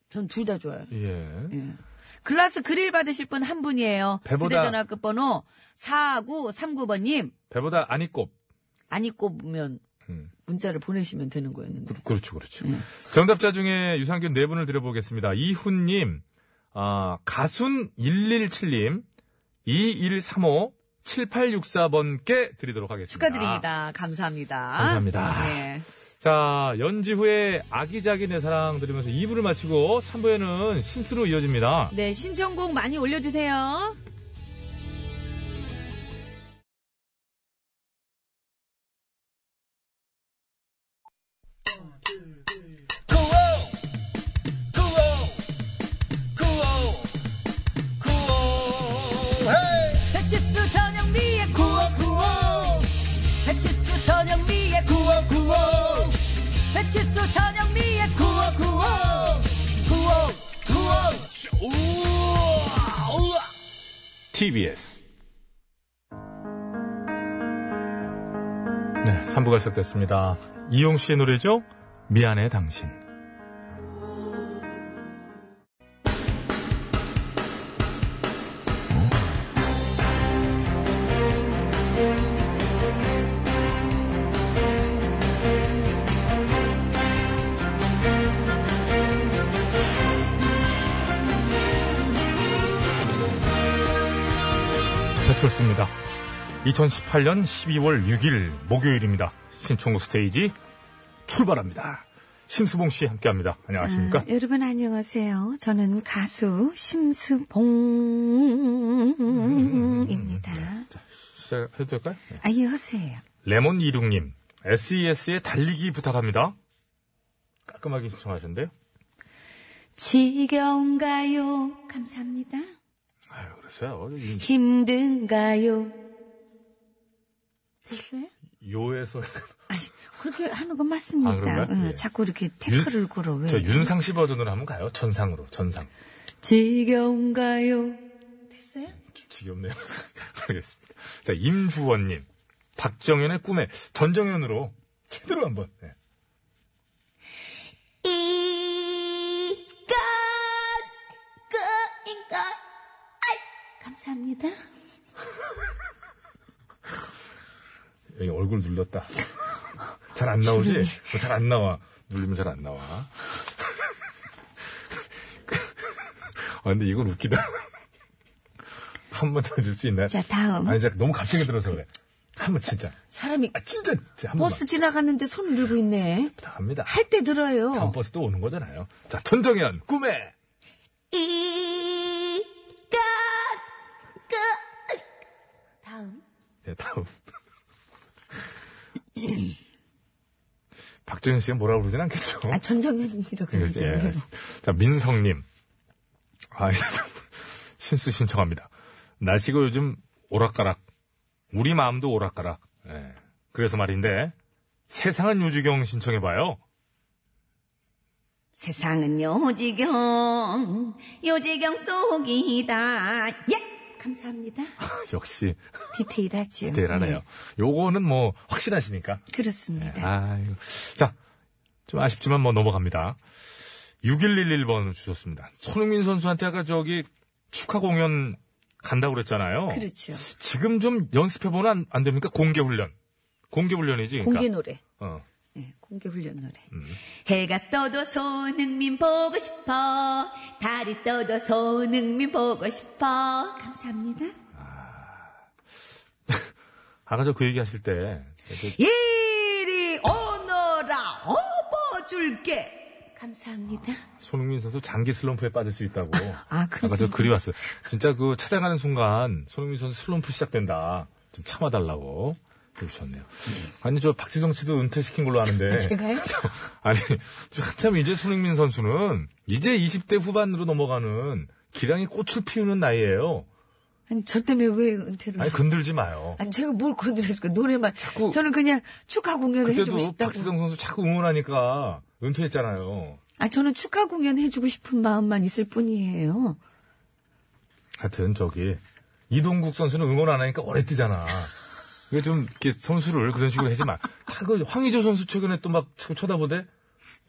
Speaker 2: 전 둘 다 좋아요.
Speaker 1: 예
Speaker 2: 글라스 그릴 받으실 분 한 분이에요.
Speaker 1: 배보다-
Speaker 2: 휴대전화 끝번호 4939번님,
Speaker 1: 배보다 아니꼽
Speaker 2: 안 입고 보면
Speaker 1: 음.
Speaker 2: 문자를 보내시면 되는 거였는데.
Speaker 1: 그, 렇죠 그렇죠. 정답자 중에 유산균 네 분을 드려보겠습니다. 이훈님, 아, 가순117님, 2135, 7864번께 드리도록 하겠습니다.
Speaker 2: 축하드립니다. 감사합니다.
Speaker 1: 감사합니다.
Speaker 2: 예.
Speaker 1: 자, 연지 후에 아기자기 내 사랑 들으면서 2부를 마치고 3부에는 신스로 이어집니다.
Speaker 2: 네, 신청곡 많이 올려주세요. 배치수 전영미의 구호 배치수 전영미의 구호 배치수 전영미의 구호
Speaker 1: TBS. 네, 3부가 시작됐습니다. 이용 씨의 노래죠? 미안해, 당신. 배철수입니다. 2018년 12월 6일 목요일입니다. 신청곡 스테이지 출발합니다. 심수봉 씨 함께합니다. 안녕하십니까?
Speaker 2: 아, 여러분 안녕하세요. 저는 가수 심수봉입니다.
Speaker 1: 시작해도 될까요? 네.
Speaker 2: 아예 하세요.
Speaker 1: 레몬 이륙님 SES의 달리기 부탁합니다. 깔끔하게 신청하셨는데요.
Speaker 2: 지겨운가요? 감사합니다.
Speaker 1: 아유 그래서요. 이
Speaker 2: 힘든가요? 됐어요?
Speaker 1: 요에서
Speaker 2: 아니, 그렇게 하는 건 맞습니다.
Speaker 1: 아, 그런가요?
Speaker 2: 응,
Speaker 1: 예.
Speaker 2: 자꾸 이렇게 태클을 걸어, 왜?
Speaker 1: 저 윤상 씨 버전으로 한번 가요. 전상으로 전상.
Speaker 2: 지겨운가요? 됐어요?
Speaker 1: 좀 지겹네요. <laughs> 알겠습니다. 자 임주원님 박정현의 꿈에 전정현으로 제대로 한번. 네.
Speaker 6: 이가 그인가
Speaker 2: 감사합니다.
Speaker 1: 여기 얼굴 눌렀다. <laughs> 잘 안 나오지? 어, 잘 안 나와. 눌리면 잘 안 나와. <laughs> 아, 근데 이건 웃기다. <laughs> 한 번 더 해줄 수 있나요?
Speaker 2: 자, 다음.
Speaker 1: 아니, 진짜 너무 갑자기 들어서 그래. 한 번 진짜.
Speaker 2: 사람이
Speaker 1: 아, 진짜. 진짜 한 번만
Speaker 2: 버스 지나가는데 손 들고 있네.
Speaker 1: 부탁합니다.
Speaker 2: 할 때
Speaker 1: 다음
Speaker 2: 들어요.
Speaker 1: 버스도 오는 거잖아요. 자, 전정현, 꿈에!
Speaker 6: 이가
Speaker 2: 다음.
Speaker 1: 네, 다음. <laughs> 박정현 씨가 뭐라고 그러진 않겠죠?
Speaker 2: 아, 전정현이라고
Speaker 1: 그렇죠. 예,
Speaker 2: 그러죠.
Speaker 1: 알겠습니다. 자, 민성님. 아, 신수 신청합니다. 날씨가 요즘 오락가락. 우리 마음도 오락가락. 예. 그래서 말인데, 세상은 유지경 신청해봐요. <laughs>
Speaker 2: 세상은 요지경, 요지경 속이다. 예! 감사합니다.
Speaker 1: 역시,
Speaker 2: 디테일하지요.
Speaker 1: 대단하네요. 요거는 뭐, 확실하시니까.
Speaker 2: 네, 그렇습니다.
Speaker 1: 아이고. 자, 좀 아쉽지만 뭐 넘어갑니다. 6111번 주셨습니다. 손흥민 선수한테 아까 저기 축하 공연 간다고 그랬잖아요.
Speaker 2: 그렇죠.
Speaker 1: 지금 좀 연습해보면 안, 안 됩니까? 공개훈련. 공개훈련이지, 그러니까. 음.
Speaker 2: 공개 노래.
Speaker 1: 어.
Speaker 2: 네, 공개 훈련 노래. 해가 떠도 손흥민 보고 싶어. 달이 떠도 손흥민 보고 싶어. 감사합니다.
Speaker 1: 아까 저 그 얘기 하실 때. 그-
Speaker 10: 이리 오너라 업어줄게.
Speaker 2: 감사합니다.
Speaker 1: 손흥민 선수 장기 슬럼프에 빠질 수 있다고.
Speaker 2: 아,
Speaker 1: <laughs> 아까
Speaker 2: 그렇습니다.
Speaker 1: 저 글이 왔어요. 진짜 그 찾아가는 순간 손흥민 선수 슬럼프 시작된다. 좀 참아달라고 해주셨네요. 아니 저 박지성 씨도 은퇴시킨 걸로 <laughs> 아는데.
Speaker 2: 제가요?
Speaker 1: 아니 저 한참 이제 손흥민 선수는 이제 20대 후반으로 넘어가는 기량의 꽃을 피우는 나이예요.
Speaker 2: 아니, 저 때문에 왜 은퇴를.
Speaker 1: 아니 건들지 마요.
Speaker 2: 아니, 제가 뭘 건드려줄까, 노래만. 저는 그냥 축하 공연을 해주고
Speaker 1: 그때도
Speaker 2: 싶다고.
Speaker 1: 박지성 선수 자꾸 응원하니까 은퇴했잖아요.
Speaker 2: 아, 저는 축하 공연 해주고 싶은 마음만 있을 뿐이에요.
Speaker 1: 하여튼 저기 이동국 선수는 응원 안 하니까 오래 뛰잖아. 이게 좀 이렇게 선수를 그런 식으로 하지 마. 다그 황의조 선수 최근에 또 막 자꾸 쳐다보대.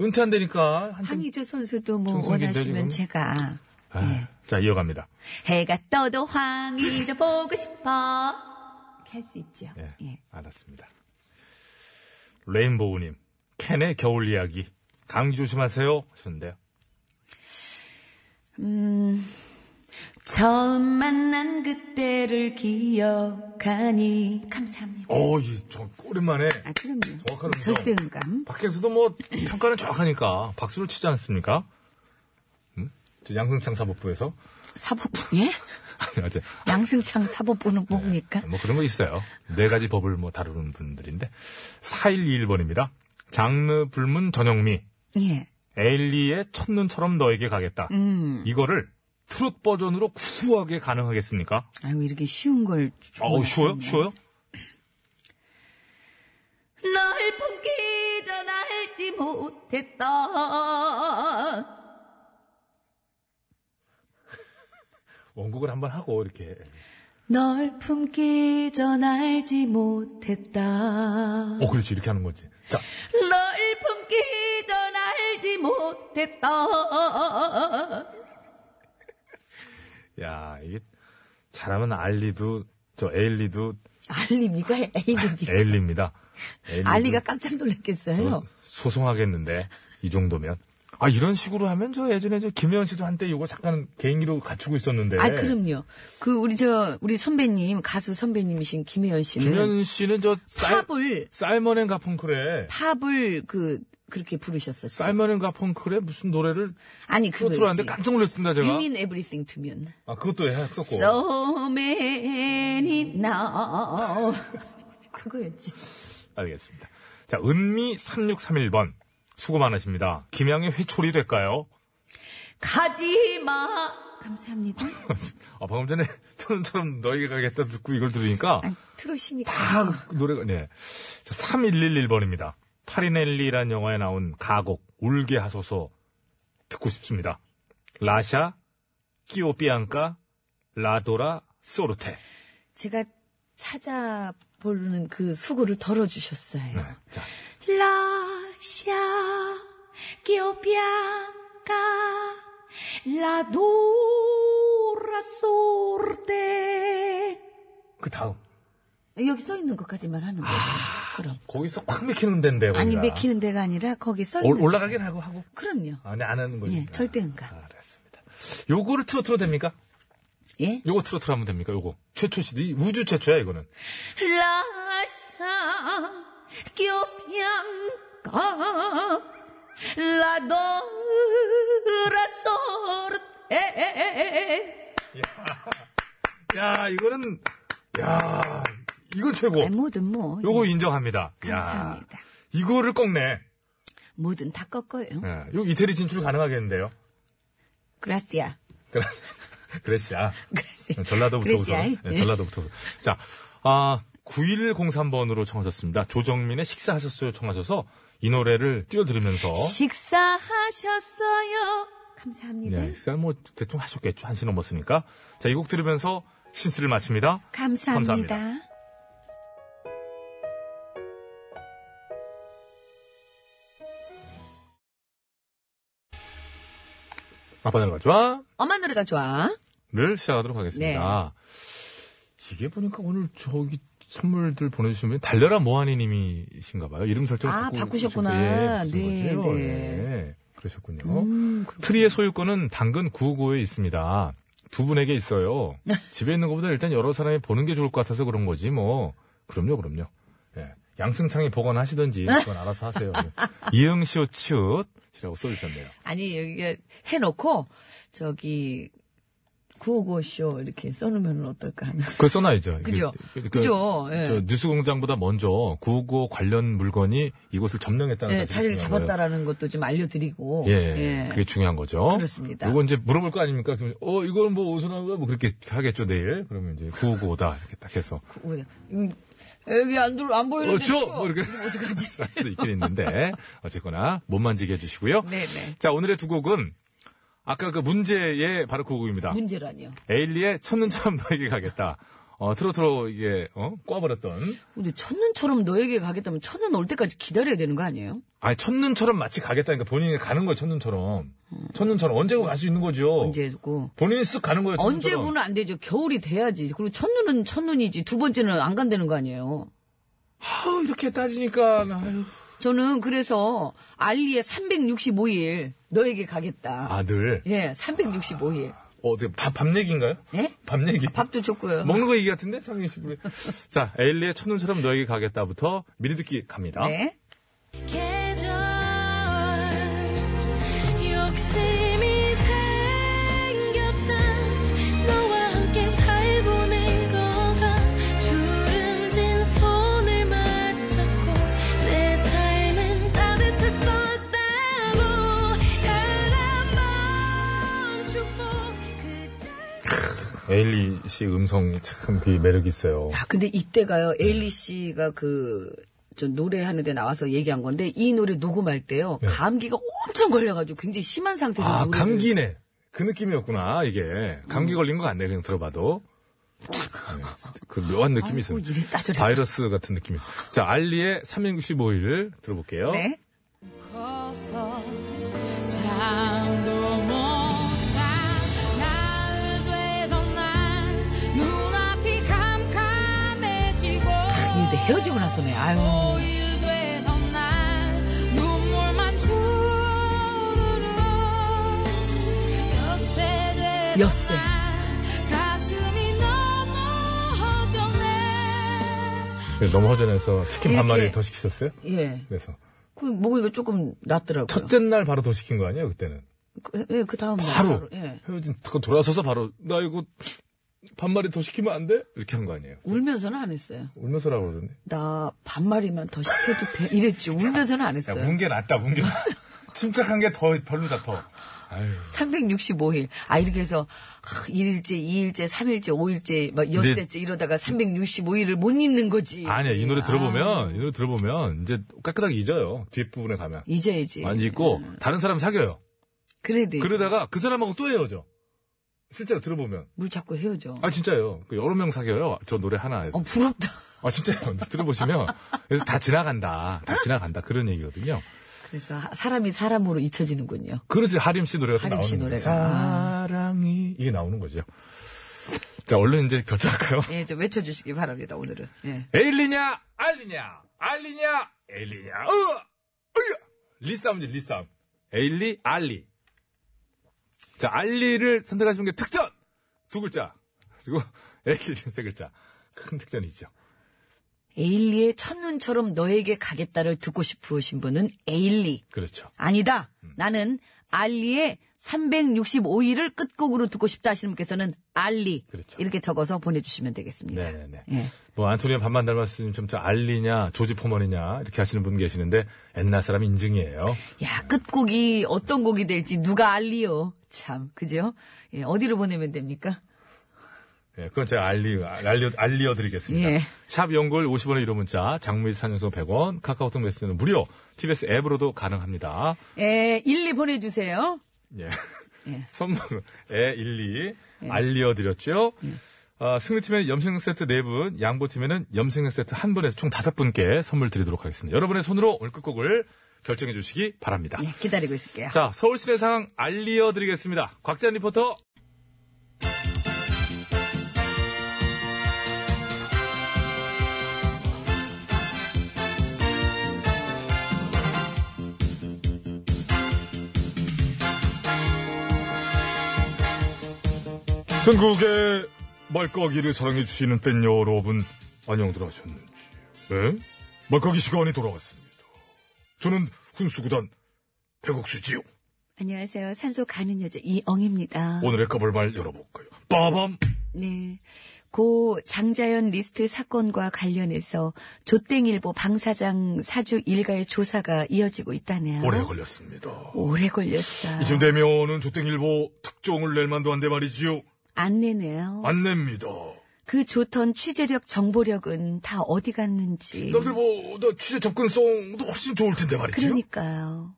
Speaker 1: 은퇴한다니까. 한참-
Speaker 2: 황희조 선수도 뭐
Speaker 1: 네. 청소기인데,
Speaker 2: 원하시면
Speaker 1: 지금?
Speaker 2: 제가.
Speaker 1: 아,
Speaker 2: 예.
Speaker 1: 자 이어갑니다.
Speaker 2: 해가 떠도 황희조 보고 싶어. 이렇게 할 수 있죠.
Speaker 1: 예,
Speaker 2: 예.
Speaker 1: 알았습니다. 레인보우님, 캔의 겨울 이야기. 감기 조심하세요. 하셨는데요.
Speaker 2: 처음 만난 그때를 기억하니. 감사합니다.
Speaker 1: 어, 이, 저, 오랜만에.
Speaker 2: 아, 그럼요.
Speaker 1: 정확한 음정.
Speaker 2: 절대 음감.
Speaker 1: 밖에서도 뭐, 평가는 정확하니까 박수를 치지 않습니까? 음? 저 양승창 사법부에서. <laughs>
Speaker 2: 사법부, 예?
Speaker 1: 아니, 어제
Speaker 2: 양승창 사법부는 뭡니까?
Speaker 1: 뭐 그런 거 있어요. 네 가지 법을 뭐 다루는 분들인데. 4121번입니다. 장르 불문 전영미.
Speaker 2: 예.
Speaker 1: 에일리의 첫눈처럼 너에게 가겠다.
Speaker 2: 음.
Speaker 1: 이거를 트롯 버전으로 구수하게 가능하겠습니까?
Speaker 10: 아이고 이렇게 쉬운 걸.
Speaker 1: 어우, 쉬워요? 쉬워요?
Speaker 10: 널 품기 전 알지 못했던
Speaker 1: 원곡을 한번 하고, 이렇게.
Speaker 2: 널 품기 전 알지 못했다.
Speaker 1: 어, 그렇지. 이렇게 하는 거지. 자,
Speaker 10: 널 품기 전 알지 못했던
Speaker 1: 야, 이게 잘하면 알리도, 저
Speaker 2: <laughs>
Speaker 1: 에일리도
Speaker 2: 알리미가 에이비니
Speaker 1: 에일리입니다. 에일리도
Speaker 2: 알리가 깜짝
Speaker 1: 저거
Speaker 2: 놀랐겠어요.
Speaker 1: 소송하겠는데, 이 정도면. 아, 이런 식으로 하면 저 예전에 저 김혜연 씨도 한때 이거 잠깐 개인기로 갖추고 있었는데.
Speaker 2: 아 그럼요. 그 우리 저 우리 선배님 가수 선배님이신 김혜연 씨는
Speaker 1: 김현 씨는 저 쌀,
Speaker 2: 팝을
Speaker 1: 살먼 가펑클에
Speaker 2: 팝을 그 그렇게 부르셨었어요.
Speaker 1: 살먼 가펑클에 무슨 노래를
Speaker 2: 아니
Speaker 1: 트로트로 하는데
Speaker 2: 그거지.
Speaker 1: 깜짝 놀랐습니다 제가.
Speaker 2: You mean everything to me.
Speaker 1: 아 그것도 해 했었고.
Speaker 2: So many
Speaker 1: <laughs>
Speaker 2: now. 그거였지.
Speaker 1: 알겠습니다. 자 은미 3631번 수고 많으십니다. 김양의 회초리 될까요?
Speaker 10: 가지마
Speaker 1: <laughs>
Speaker 2: 감사합니다.
Speaker 1: 아 방금 전에 <laughs> 처럼 너에게 가겠다 듣고 이걸 들으니까
Speaker 2: 아, 트롯이니까.
Speaker 1: 다 그 노래가 네. 자 3111번입니다. 파리넬리라는 영화에 나온 가곡 울게 하소서 듣고 싶습니다. 라샤 끼오비앙카 라도라 소르테.
Speaker 2: 제가 찾아 보는 그 수고를 덜어주셨어요.
Speaker 1: 네. 자
Speaker 2: 러시아 기오피앙카 라도라 솔데
Speaker 1: 그 다음.
Speaker 2: 여기 써 있는 것까지만 하는
Speaker 1: 아,
Speaker 2: 거죠. 그럼
Speaker 1: 거기서 꽉 맥히는 데인데
Speaker 2: 아니
Speaker 1: 우리가.
Speaker 2: 맥히는 데가 아니라 거기 써 있는
Speaker 1: 올- 올라가긴 하고 하고
Speaker 2: 그럼요.
Speaker 1: 아, 근데 안 하는 거니까
Speaker 2: 예, 절대 응가.
Speaker 1: 알았습니다 요거를 트로트로 됩니까?
Speaker 2: 예?
Speaker 1: 요거 트로트로 하면 됩니까? 요거 최초 시대 우주 최초야 이거는
Speaker 10: 라샤 교평가 라도라 소르테
Speaker 1: 야 이거는 야 이건 최고
Speaker 2: 아니, 뭐든 뭐.
Speaker 1: 요거
Speaker 2: 예,
Speaker 1: 인정합니다
Speaker 2: 감사합니다.
Speaker 1: 야, 이거를 꺾네
Speaker 2: 뭐든 다 꺾어요.
Speaker 1: 예, 요 이태리 진출 가능하겠는데요
Speaker 2: 그라시아.
Speaker 1: 그래- <laughs> 그레시아 어,
Speaker 2: 그라시아.
Speaker 1: 네, 전라도부터 우선
Speaker 2: 그레시아이?
Speaker 1: 예, 전라도부터 우선 자 아, 9103번으로 청하셨습니다 조정민의 식사하셨어요 청하셔서 이 노래를 띄워드리면서
Speaker 2: 식사하셨어요. 감사합니다.
Speaker 1: 예, 식사 뭐 대충 하셨겠죠. 한시 넘었으니까. 자, 이 곡 들으면서 신스를 마칩니다.
Speaker 2: 감사합니다.
Speaker 1: 감사합니다. 아빠 노래가 좋아?
Speaker 10: 엄마 노래가 좋아
Speaker 1: 를 시작하도록 하겠습니다.
Speaker 10: 네.
Speaker 1: 이게 보니까 오늘 저기 선물들 보내주시면 달려라 모하니님이신가 봐요. 이름 설정을
Speaker 10: 아,
Speaker 1: 바꾸-
Speaker 10: 바꾸셨구나.
Speaker 1: 예, 바꾸신
Speaker 10: 네, 음,
Speaker 1: 거죠.
Speaker 10: 네.
Speaker 1: 예, 그러셨군요. 트리의 소유권은 당근 959에 있습니다.
Speaker 10: <laughs>
Speaker 1: 두 분에게 있어요. 집에 있는 것보다 일단 여러 사람이 보는 게 좋을 것 같아서 그런 거지 뭐 그럼요, 그럼요. 예. 양승창이 보관하시든지 그건 알아서
Speaker 10: <laughs>
Speaker 1: 하세요. 예. 이응시오 치읓이라고 써주셨네요.
Speaker 2: 아니, 여기 해놓고, 저기, 955쇼 이렇게 써놓으면 어떨까 하면.
Speaker 1: 그걸 써놔야죠. 이게-
Speaker 2: 그죠.
Speaker 1: 그-
Speaker 2: 그죠. 예.
Speaker 1: 저 뉴스공장보다 먼저 구호 관련 물건이 이곳을 점령했다는
Speaker 2: 예,
Speaker 1: 사실이
Speaker 2: 자리를
Speaker 1: 중요한 거예요.
Speaker 2: 잡았다라는 것도 좀 알려드리고.
Speaker 1: 예, 그게 중요한 거죠.
Speaker 2: 그렇습니다.
Speaker 1: 이거 이제 물어볼 거 아닙니까? 그럼, 어, 이거는 뭐 오선한 거야? 뭐 그렇게 하겠죠, 내일. 그러면 이제 구호고다 이렇게 딱 해서. <laughs>
Speaker 2: 뭐냐. 이거 그, 음, 여기 안, 들어, 안 보이는데.
Speaker 1: 어, 줘!
Speaker 2: 줘!
Speaker 1: 뭐 이렇게.
Speaker 2: 어떡하지?
Speaker 1: <laughs> 할 수도 있긴 있는데. 어쨌거나, 못 만지게 해주시고요.
Speaker 2: 네네.
Speaker 1: 자, 오늘의 두 곡은, 아까 그 문제의 바로 그 곡입니다.
Speaker 2: 문제라니요.
Speaker 1: 에일리의 첫눈처럼 너에게 가겠다. 어, 트로트로 이게, 어, 꽈버렸던.
Speaker 2: 근데 첫눈처럼 너에게 가겠다면 첫눈 올 때까지 기다려야 되는 거 아니에요?
Speaker 1: 아니, 첫눈처럼 마치 가겠다니까 본인이 가는 거예요, 첫눈처럼. 첫눈처럼. 언제고 갈 수 있는 거죠.
Speaker 2: 언제고.
Speaker 1: 본인이 쓱 가는 거예요, 어. 첫눈처럼.
Speaker 2: 언제고는 안 되죠. 겨울이 돼야지. 그리고 첫눈은 첫눈이지. 두 번째는 안 간다는 거 아니에요.
Speaker 1: 아우, 이렇게 따지니까, 아유.
Speaker 2: 저는 그래서 알리의 365일 너에게 가겠다.
Speaker 1: 아들.
Speaker 2: 예, 365일.
Speaker 1: 어, 어떻게 밥, 밥 얘기인가요?
Speaker 2: 예?
Speaker 1: 밥 얘기.
Speaker 2: 밥도 줬고요.
Speaker 1: 먹는 거 얘기 같은데? 360분에. 자, 에일리의 첫눈처럼 너에게 가겠다부터 미리 듣기 갑니다.
Speaker 2: 네.
Speaker 11: 계절 욕심이 생겼다 너와 함께 살 보낸 거가 주름진 손을 맞잡고 내 삶은 따뜻했었다고 사랑만 축복 그
Speaker 1: 에일리 씨 음성이 참 그 매력 있어요.
Speaker 2: 야, 아, 근데 이때가요,
Speaker 1: 네.
Speaker 2: 에일리 씨가 그, 저 노래하는데 나와서 얘기한 건데, 이 노래 녹음할 때요, 감기가 엄청 걸려가지고 굉장히 심한 상태에서.
Speaker 1: 네. 아,
Speaker 2: 노래를-
Speaker 1: 감기네. 그 느낌이었구나, 이게. 감기 걸린 거 같네, 그냥 들어봐도. 네, 그 묘한 느낌이 있어요.
Speaker 2: 아이고, 이랬다 저랬다.
Speaker 1: 바이러스 같은 느낌이 있어요. 자, 알리의 365일 들어볼게요.
Speaker 2: 네.
Speaker 11: 커서 잠도 못자 나흘 되던 날 눈앞이 캄캄해지고
Speaker 2: 근데 헤어지고 나서네, 아유.
Speaker 11: 오일 되던 날 눈물만 주르르 엿새 되던
Speaker 2: 엿새.
Speaker 11: 날 가슴이 너무 허전해
Speaker 1: 네, 너무 허전해서 치킨 반 마리
Speaker 2: 이렇게.
Speaker 1: 더 시키셨어요?
Speaker 2: 예.
Speaker 1: 그래서.
Speaker 2: 그, 목이가 조금 낫더라고요.
Speaker 1: 첫째 날 바로 더 시킨 거 아니에요, 그때는?
Speaker 2: 그, 예, 그 다음 날.
Speaker 1: 바로.
Speaker 2: 예.
Speaker 1: 헤어진, 그 돌아서서 바로, 나 이거 반마리 더 시키면 안 돼? 이렇게 한 거 아니에요.
Speaker 2: 울면서는 안 했어요.
Speaker 1: 울면서라고 그러던데.
Speaker 2: 나 반마리만 더 시켜도 돼. 이랬지. 울면서는 안
Speaker 1: 야,
Speaker 2: 했어요.
Speaker 1: 문게 낫다, 문게 낫다. <laughs> 침착한 게 더 별로다, 더. 아유.
Speaker 2: 365일. 아, 이렇게 해서, 하, 1일째, 2일째, 3일째, 5일째, 막, 엿새째 이러다가 365일을 못 잊는 거지.
Speaker 1: 네. 아니야, 이 노래
Speaker 2: 예. 아,
Speaker 1: 들어보면, 이 노래 들어보면, 이제 깨끗하게 잊어요. 뒷부분에 가면.
Speaker 2: 잊어야지.
Speaker 1: 많이 잊고,
Speaker 2: 예.
Speaker 1: 다른 사람 사겨요.
Speaker 2: 그래도
Speaker 1: 그러다가 그 사람하고 또 헤어져. 실제로 들어보면.
Speaker 2: 물 자꾸 헤어져.
Speaker 1: 아, 진짜요. 그 여러 명 사겨요. 저 노래 하나에서.
Speaker 2: 어, 부럽다.
Speaker 1: 아, 진짜요. 들어보시면. 그래서 다 지나간다. 다 지나간다. 그런 얘기거든요.
Speaker 2: 그래서 하- 사람이 사람으로 잊혀지는군요.
Speaker 1: 그렇지 하림 씨 노래가 또
Speaker 2: 하림 씨
Speaker 1: 나오는 거예요.
Speaker 2: 노래가.
Speaker 1: 사랑이 이게 나오는 거죠. 자 얼른 이제 결정할까요?
Speaker 2: 예, 좀 외쳐주시기 바랍니다, 오늘은. 예.
Speaker 1: 에일리냐 알리냐 알리냐 에일리냐 으 리싸움이지 리싸움 에일리 알리 자 알리를 선택하시는 게 특전 두 글자 그리고 에일리 세 글자 큰 특전이 있죠.
Speaker 2: 에일리의 첫눈처럼 너에게 가겠다를 듣고 싶으신 분은 에일리.
Speaker 1: 그렇죠.
Speaker 2: 아니다. 나는 알리의 365일을 끝곡으로 듣고 싶다 하시는 분께서는 알리.
Speaker 1: 그렇죠.
Speaker 2: 이렇게 적어서 보내주시면 되겠습니다.
Speaker 1: 네네네.
Speaker 2: 예.
Speaker 1: 뭐 안토니오 반만 닮았으니 좀 저 알리냐 조지 포먼이냐 이렇게 하시는 분 계시는데 옛날 사람 인증이에요.
Speaker 2: 야, 끝곡이 어떤 곡이 될지 누가 알리요. 참, 그죠? 예, 어디로 보내면 됩니까?
Speaker 1: 예, 그건 제가 알리, 알려, 알려드리겠습니다.
Speaker 2: 예.
Speaker 1: 샵 연골 50원의 유료 문자, 장미 산연소 100원, 카카오톡 메시지는 무료, TBS 앱으로도 가능합니다.
Speaker 2: 예, 1, 2 보내주세요.
Speaker 1: 예.
Speaker 2: 예.
Speaker 1: <laughs> 선물은 에1, 2 알려드렸죠.
Speaker 2: 예.
Speaker 1: 아, 승리팀에는 염색약 세트 4분, 양보팀에는 염색약 세트 1분에서 총 5분께 선물 드리도록 하겠습니다. 여러분의 손으로 오늘 끝곡을 결정해 주시기 바랍니다.
Speaker 2: 예, 기다리고 있을게요.
Speaker 1: 자, 서울 시내 상황 알려드리겠습니다. 곽재현 리포터. 전국의 말까기를 사랑해주시는 팬 여러분, 안녕들 하셨는지.
Speaker 8: 네? 막가기 시간이 돌아왔습니다. 저는 훈수구단 백옥수지요.
Speaker 2: 안녕하세요. 산소 가는 여자 이엉입니다.
Speaker 8: 오늘의 까불말 열어볼까요? 빠밤!
Speaker 2: 네. 고 장자연 리스트 사건과 관련해서 조땡일보 방사장 사주 일가의 조사가 이어지고 있다네요.
Speaker 8: 오래 걸렸습니다.
Speaker 2: 오래 걸렸어.
Speaker 8: 이쯤 되면은 조땡일보 특종을 낼 만도 한데 말이지요.
Speaker 2: 안 내네요.
Speaker 8: 안 냅니다.
Speaker 2: 그 좋던 취재력, 정보력은 다 어디 갔는지.
Speaker 8: 남들보다 취재 접근성도 훨씬 좋을 텐데 말이지요.
Speaker 2: 그러니까요.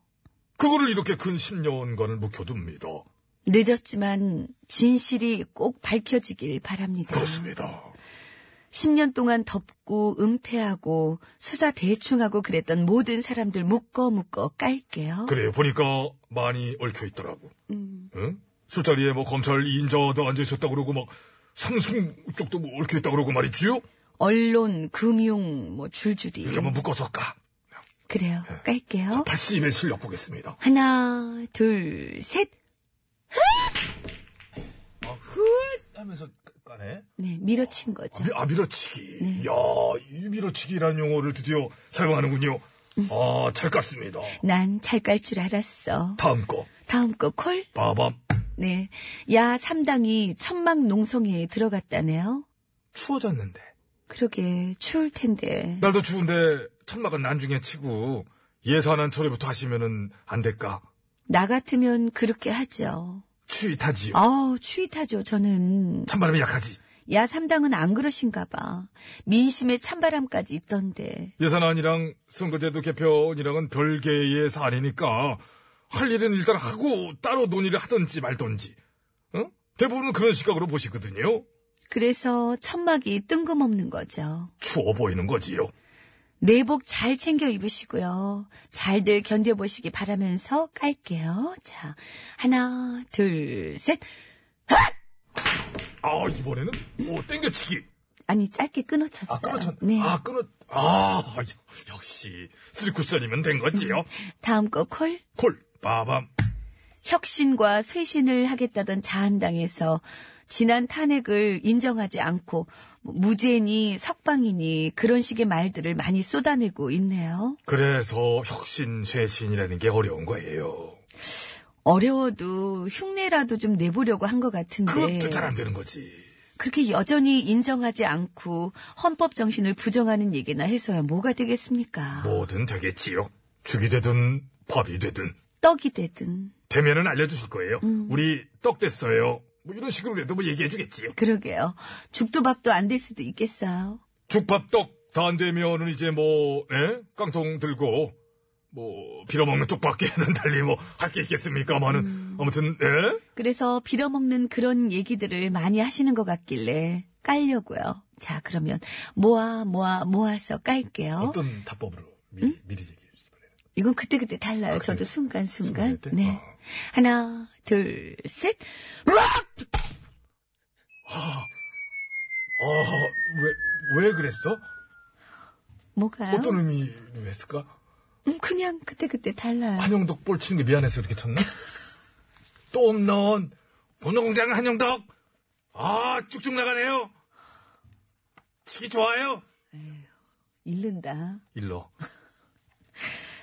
Speaker 8: 그거를 이렇게 근 10년간을 묵혀둡니다.
Speaker 2: 늦었지만 진실이 꼭 밝혀지길 바랍니다.
Speaker 8: 그렇습니다.
Speaker 2: 10년 동안 덮고 은폐하고 수사 대충하고 그랬던 모든 사람들 묶어 묶어 깔게요.
Speaker 8: 그래요. 보니까 많이 얽혀있더라고.
Speaker 2: 음.
Speaker 8: 응? 술자리에 뭐 검찰 2인자도 앉아있었다 그러고 막 삼성 쪽도 뭐 얽혀있다 그러고 말이지요.
Speaker 2: 언론, 금융 뭐 줄줄이.
Speaker 8: 이렇게 한번 묶어서 네. 까.
Speaker 2: 그래요. 깔게요.
Speaker 8: 다시 입의 실력
Speaker 2: 아,
Speaker 8: 보겠습니다.
Speaker 2: 하나, 둘, 셋.
Speaker 8: 아, 하면서 까네.
Speaker 2: 네, 밀어친 거죠.
Speaker 8: 아, 밀어치기. 이야, 이 밀어치기라는 용어를 드디어 사용하는군요. 아, 잘 깠습니다.
Speaker 2: 난 잘 깔 줄 알았어.
Speaker 8: 다음 거.
Speaker 2: 다음 거 콜?
Speaker 8: 빠밤.
Speaker 2: 네. 야 3당이 천막 농성에 들어갔다네요.
Speaker 8: 추워졌는데.
Speaker 2: 그러게 추울 텐데.
Speaker 8: 날도 추운데 천막은 난중에 치고 예산안 처리부터 하시면은 안 될까?
Speaker 2: 나 같으면 그렇게 하죠.
Speaker 8: 추위 타지요.
Speaker 2: 아우, 추위타죠, 저는.
Speaker 8: 찬바람이 약하지.
Speaker 2: 야 3당은 안 그러신가 봐. 민심의 찬바람까지 있던데.
Speaker 8: 예산안이랑 선거제도 개편이랑은 별개의 사안이니까 할 일은 일단 하고 따로 논의를 하든지 말든지. 응? 대부분은 그런 시각으로 보시거든요.
Speaker 2: 그래서 천막이 뜬금없는 거죠.
Speaker 8: 추워 보이는 거지요.
Speaker 2: 내복 잘 챙겨 입으시고요. 잘들 견뎌보시기 바라면서 깔게요. 자, 하나, 둘, 셋.
Speaker 8: 아, 이번에는 오, 땡겨치기.
Speaker 2: 아니, 짧게 끊어쳤어요.
Speaker 8: 아, 끊어쳤.
Speaker 2: 네.
Speaker 8: 아, 끊어. 아, 여- 역시 쓰리쿠션이면 된 거지요.
Speaker 2: 다음 거 콜.
Speaker 8: 콜, 빠밤.
Speaker 2: 혁신과 쇄신을 하겠다던 자한당에서 지난 탄핵을 인정하지 않고 뭐 무죄니 석방이니 그런 식의 말들을 많이 쏟아내고 있네요.
Speaker 8: 그래서 혁신, 쇄신이라는 게 어려운 거예요.
Speaker 2: 어려워도 흉내라도 좀 내보려고 한 것 같은데
Speaker 8: 그것도 잘 안 되는 거지.
Speaker 2: 그렇게 여전히 인정하지 않고 헌법 정신을 부정하는 얘기나 해서야 뭐가 되겠습니까?
Speaker 8: 뭐든 되겠지요. 죽이 되든 밥이 되든
Speaker 2: 떡이 되든
Speaker 8: 되면은 알려주실 거예요. 우리 떡 됐어요. 뭐 이런 식으로라도 뭐 얘기해주겠지요.
Speaker 2: 그러게요. 죽도 밥도 안 될 수도 있겠어요.
Speaker 8: 죽밥 떡 다 안 되면은 이제 뭐 에? 깡통 들고 뭐 빌어먹는 쪽밖에는 <laughs> 달리 뭐 할 게 있겠습니까마는 아무튼 예? 에?
Speaker 2: 그래서 빌어먹는 그런 얘기들을 많이 하시는 것 같길래 깔려고요. 자, 그러면 모아 모아 모아서 깔게요.
Speaker 8: 어떤 답법으로 미리, 미리 얘기해 주시기 바랍니다.
Speaker 2: 이건 그때그때 달라요. 저도
Speaker 8: 순간일
Speaker 2: 순간순간.
Speaker 8: 때?
Speaker 2: 네.
Speaker 8: 아.
Speaker 2: 하나, 둘, 셋.
Speaker 8: 아, 아왜 왜 그랬어?
Speaker 2: 뭐가요?
Speaker 8: 어떤 의미로 했을까?
Speaker 2: 음, 그냥 그때그때 달라요.
Speaker 8: 한영덕 볼 치는 게 미안해서 이렇게 쳤나? 또 없는 본노공장 한영덕 아 쭉쭉 나가네요 치기 좋아요
Speaker 2: 잃는다.
Speaker 8: 일러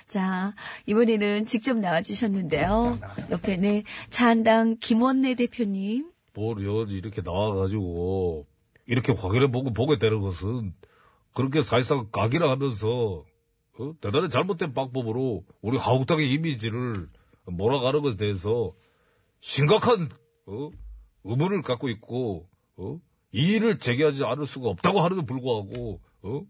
Speaker 2: 자, 이번에는 직접 나와주셨는데요. 옆에 네, 자한당 김원내 대표님.
Speaker 1: 뭘요 이렇게 나와가지고 이렇게 확인해 보고 보게 되는 것은 그렇게 사실상 각이라 하면서 어? 대단히 잘못된 방법으로 우리 한국당의 이미지를 몰아가는 것에 대해서 심각한 어? 의문을 갖고 있고 어? 이의를 제기하지 않을 수가 없다고 하는데도 불구하고 어?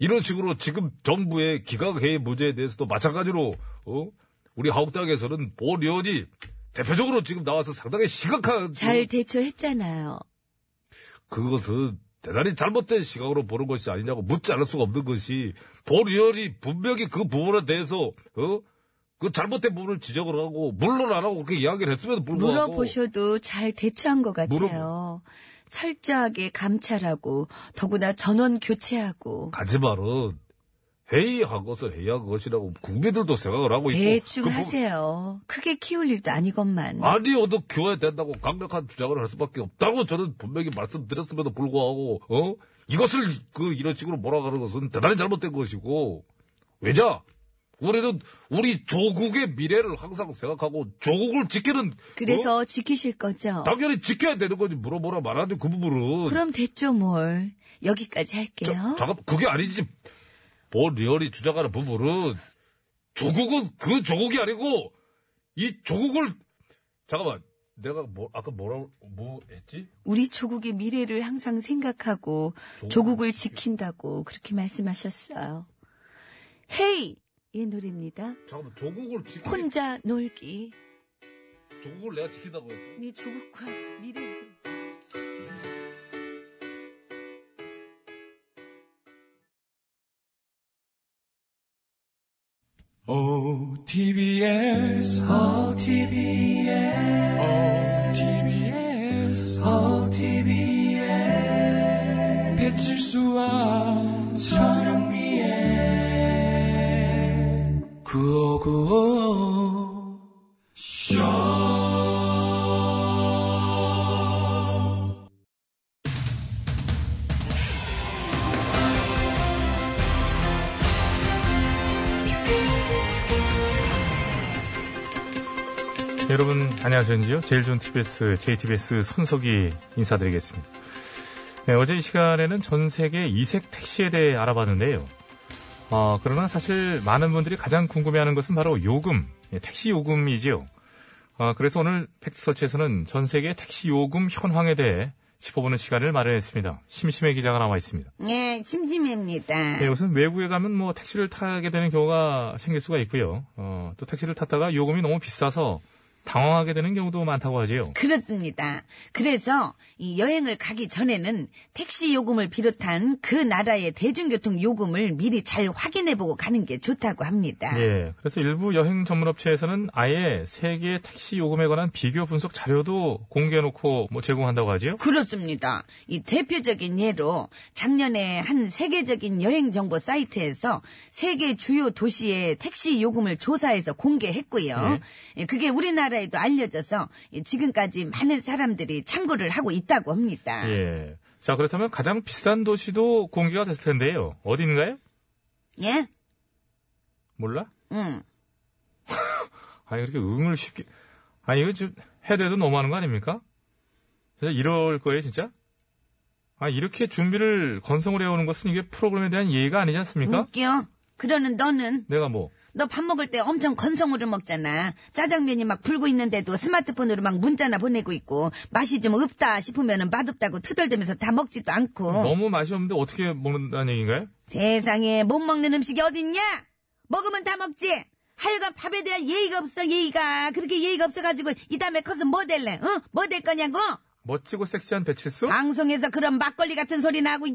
Speaker 1: 이런 식으로 지금 정부의 기각회의 문제에 대해서도 마찬가지로 어? 우리 한국당에서는 보리언이 대표적으로 지금 나와서 상당히 심각한
Speaker 2: 잘 대처했잖아요.
Speaker 1: 그것은 대단히 잘못된 시각으로 보는 것이 아니냐고 묻지 않을 수가 없는 것이 보리얼이 분명히 그 부분에 대해서 어? 그 잘못된 부분을 지적을 하고 물론 안 하고 그렇게 이야기를 했음에도 불구하고
Speaker 2: 물어보셔도 잘 대처한 것 같아요. 철저하게 감찰하고 더구나 전원 교체하고
Speaker 1: 가지만은 회의한 것은 회의한 것이라고 국민들도 생각을 하고 있고
Speaker 2: 대충
Speaker 1: 그 부분-
Speaker 2: 하세요. 크게 키울 일도 아니건만.
Speaker 1: 아니어도 교화된다고 강력한 주장을 할 수밖에 없다고 저는 분명히 말씀드렸음에도 불구하고 어? 이것을 그 이런 식으로 몰아가는 것은 대단히 잘못된 것이고 왜냐? 우리는 우리 조국의 미래를 항상 생각하고 조국을 지키는
Speaker 11: 그래서
Speaker 1: 어?
Speaker 11: 지키실 거죠?
Speaker 1: 당연히 지켜야 되는 거지 물어보라 말하지 그 부분은
Speaker 11: 그럼 됐죠 뭘. 여기까지 할게요.
Speaker 1: 잠깐 그게 아니지. 보 리얼이 주장하는 부분은 조국은 그 조국이 아니고 이 조국을 잠깐만 내가 뭐 아까 뭐라 뭐 했지?
Speaker 11: 우리 조국의 미래를 항상 생각하고
Speaker 1: 조국.
Speaker 11: 조국을 지킨다고 그렇게 말씀하셨어요. 헤이! 이 노래입니다.
Speaker 1: 잠깐만 조국을 지키
Speaker 11: 혼자 놀기.
Speaker 1: 조국을 내가 지킨다고 했다.
Speaker 11: 네 조국과 미래를.
Speaker 12: OTBS, OTBS, OTBS, OTBS. 배칠수와 저녁미에 구호구호 쇼.
Speaker 13: 여러분 안녕하셨는지요? 제일 좋은 TBS, JTBS 손석희 인사드리겠습니다. 네, 어제 이 시간에는 전 세계 이색 택시에 대해 알아봤는데요. 어, 그러나 사실 많은 분들이 가장 궁금해하는 것은 바로 요금, 예, 택시 요금이지요. 어, 그래서 오늘 팩트서치에서는 전 세계 택시 요금 현황에 대해 짚어보는 시간을 마련했습니다. 심심해 기자가 나와 있습니다.
Speaker 6: 예, 심심합니다.
Speaker 13: 네, 우선 외국에 가면 뭐 택시를 타게 되는 경우가 생길 수가 있고요. 어, 또 택시를 탔다가 요금이 너무 비싸서 당황하게 되는 경우도 많다고 하지요.
Speaker 2: 그렇습니다. 그래서 이 여행을 가기 전에는 택시 요금을 비롯한 그 나라의 대중교통 요금을 미리 잘 확인해보고 가는 게 좋다고 합니다.
Speaker 13: 예. 그래서 일부 여행 전문 업체에서는 아예 세계 택시 요금에 관한 비교 분석 자료도 공개해 놓고 뭐 제공한다고 하지요.
Speaker 2: 그렇습니다. 이 대표적인 예로 작년에 한 세계적인 여행 정보 사이트에서 세계 주요 도시의 택시 요금을 조사해서 공개했고요.
Speaker 13: 네.
Speaker 2: 예, 그게 우리나라에도 알려져서 예, 지금까지 많은 사람들이 참고를 하고 있다고 합니다.
Speaker 13: 예. 자, 그렇다면 가장 비싼 도시도 공개가 됐을 텐데요. 어디인가요?
Speaker 2: 예?
Speaker 13: 몰라?
Speaker 2: 응.
Speaker 13: <laughs> 아니, 그렇게 응을 쉽게. 아니, 이거 좀 해대도 너무하는 거 아닙니까? 진짜 이럴 거예요, 진짜? 아, 이렇게 준비를 건성을 해오는 것은 이게 프로그램에 대한 예의가 아니지 않습니까?
Speaker 2: 웃겨. 그러는 너는
Speaker 13: 내가 뭐,
Speaker 2: 너 밥 먹을 때 엄청 건성으로 먹잖아. 짜장면이 막 불고 있는데도 스마트폰으로 막 문자나 보내고 있고 맛이 좀 없다 싶으면은 맛없다고 투덜대면서 다 먹지도 않고
Speaker 13: 너무 맛이 없는데 어떻게 먹는다는 얘기인가요?
Speaker 2: 세상에 못 먹는 음식이 어딨냐? 먹으면 다 먹지. 하여간 밥에 대한 예의가 없어 예의가 그렇게 예의가 없어가지고 이 다음에 커서 뭐 될래? 응? 뭐 될 거냐고?
Speaker 13: 멋지고 섹시한 배칠수?
Speaker 2: 아. 방송에서 그런 막걸리 같은 소리 나고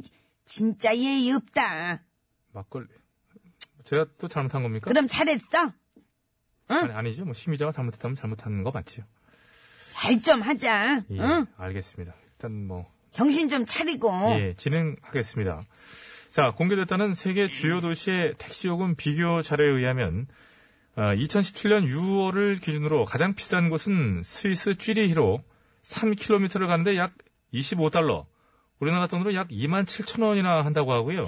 Speaker 2: 진짜 예의 없다.
Speaker 13: 막걸리. 제가 또 잘못한 겁니까?
Speaker 2: 그럼 잘했어?
Speaker 13: 아니, 아니죠. 뭐, 심의자가 잘못했다면 잘못한 거 맞지요.
Speaker 2: 잘 좀 하자.
Speaker 13: 예,
Speaker 2: 응?
Speaker 13: 알겠습니다. 일단 뭐,
Speaker 2: 정신 좀 차리고.
Speaker 13: 예, 진행하겠습니다. 자, 공개됐다는 세계 주요 도시의 택시 요금 비교 자료에 의하면 2017년 6월을 기준으로 가장 비싼 곳은 스위스 쥐리히로 3km를 가는데 약 25달러, 우리나라 돈으로 약 2만 7천 원이나 한다고 하고요.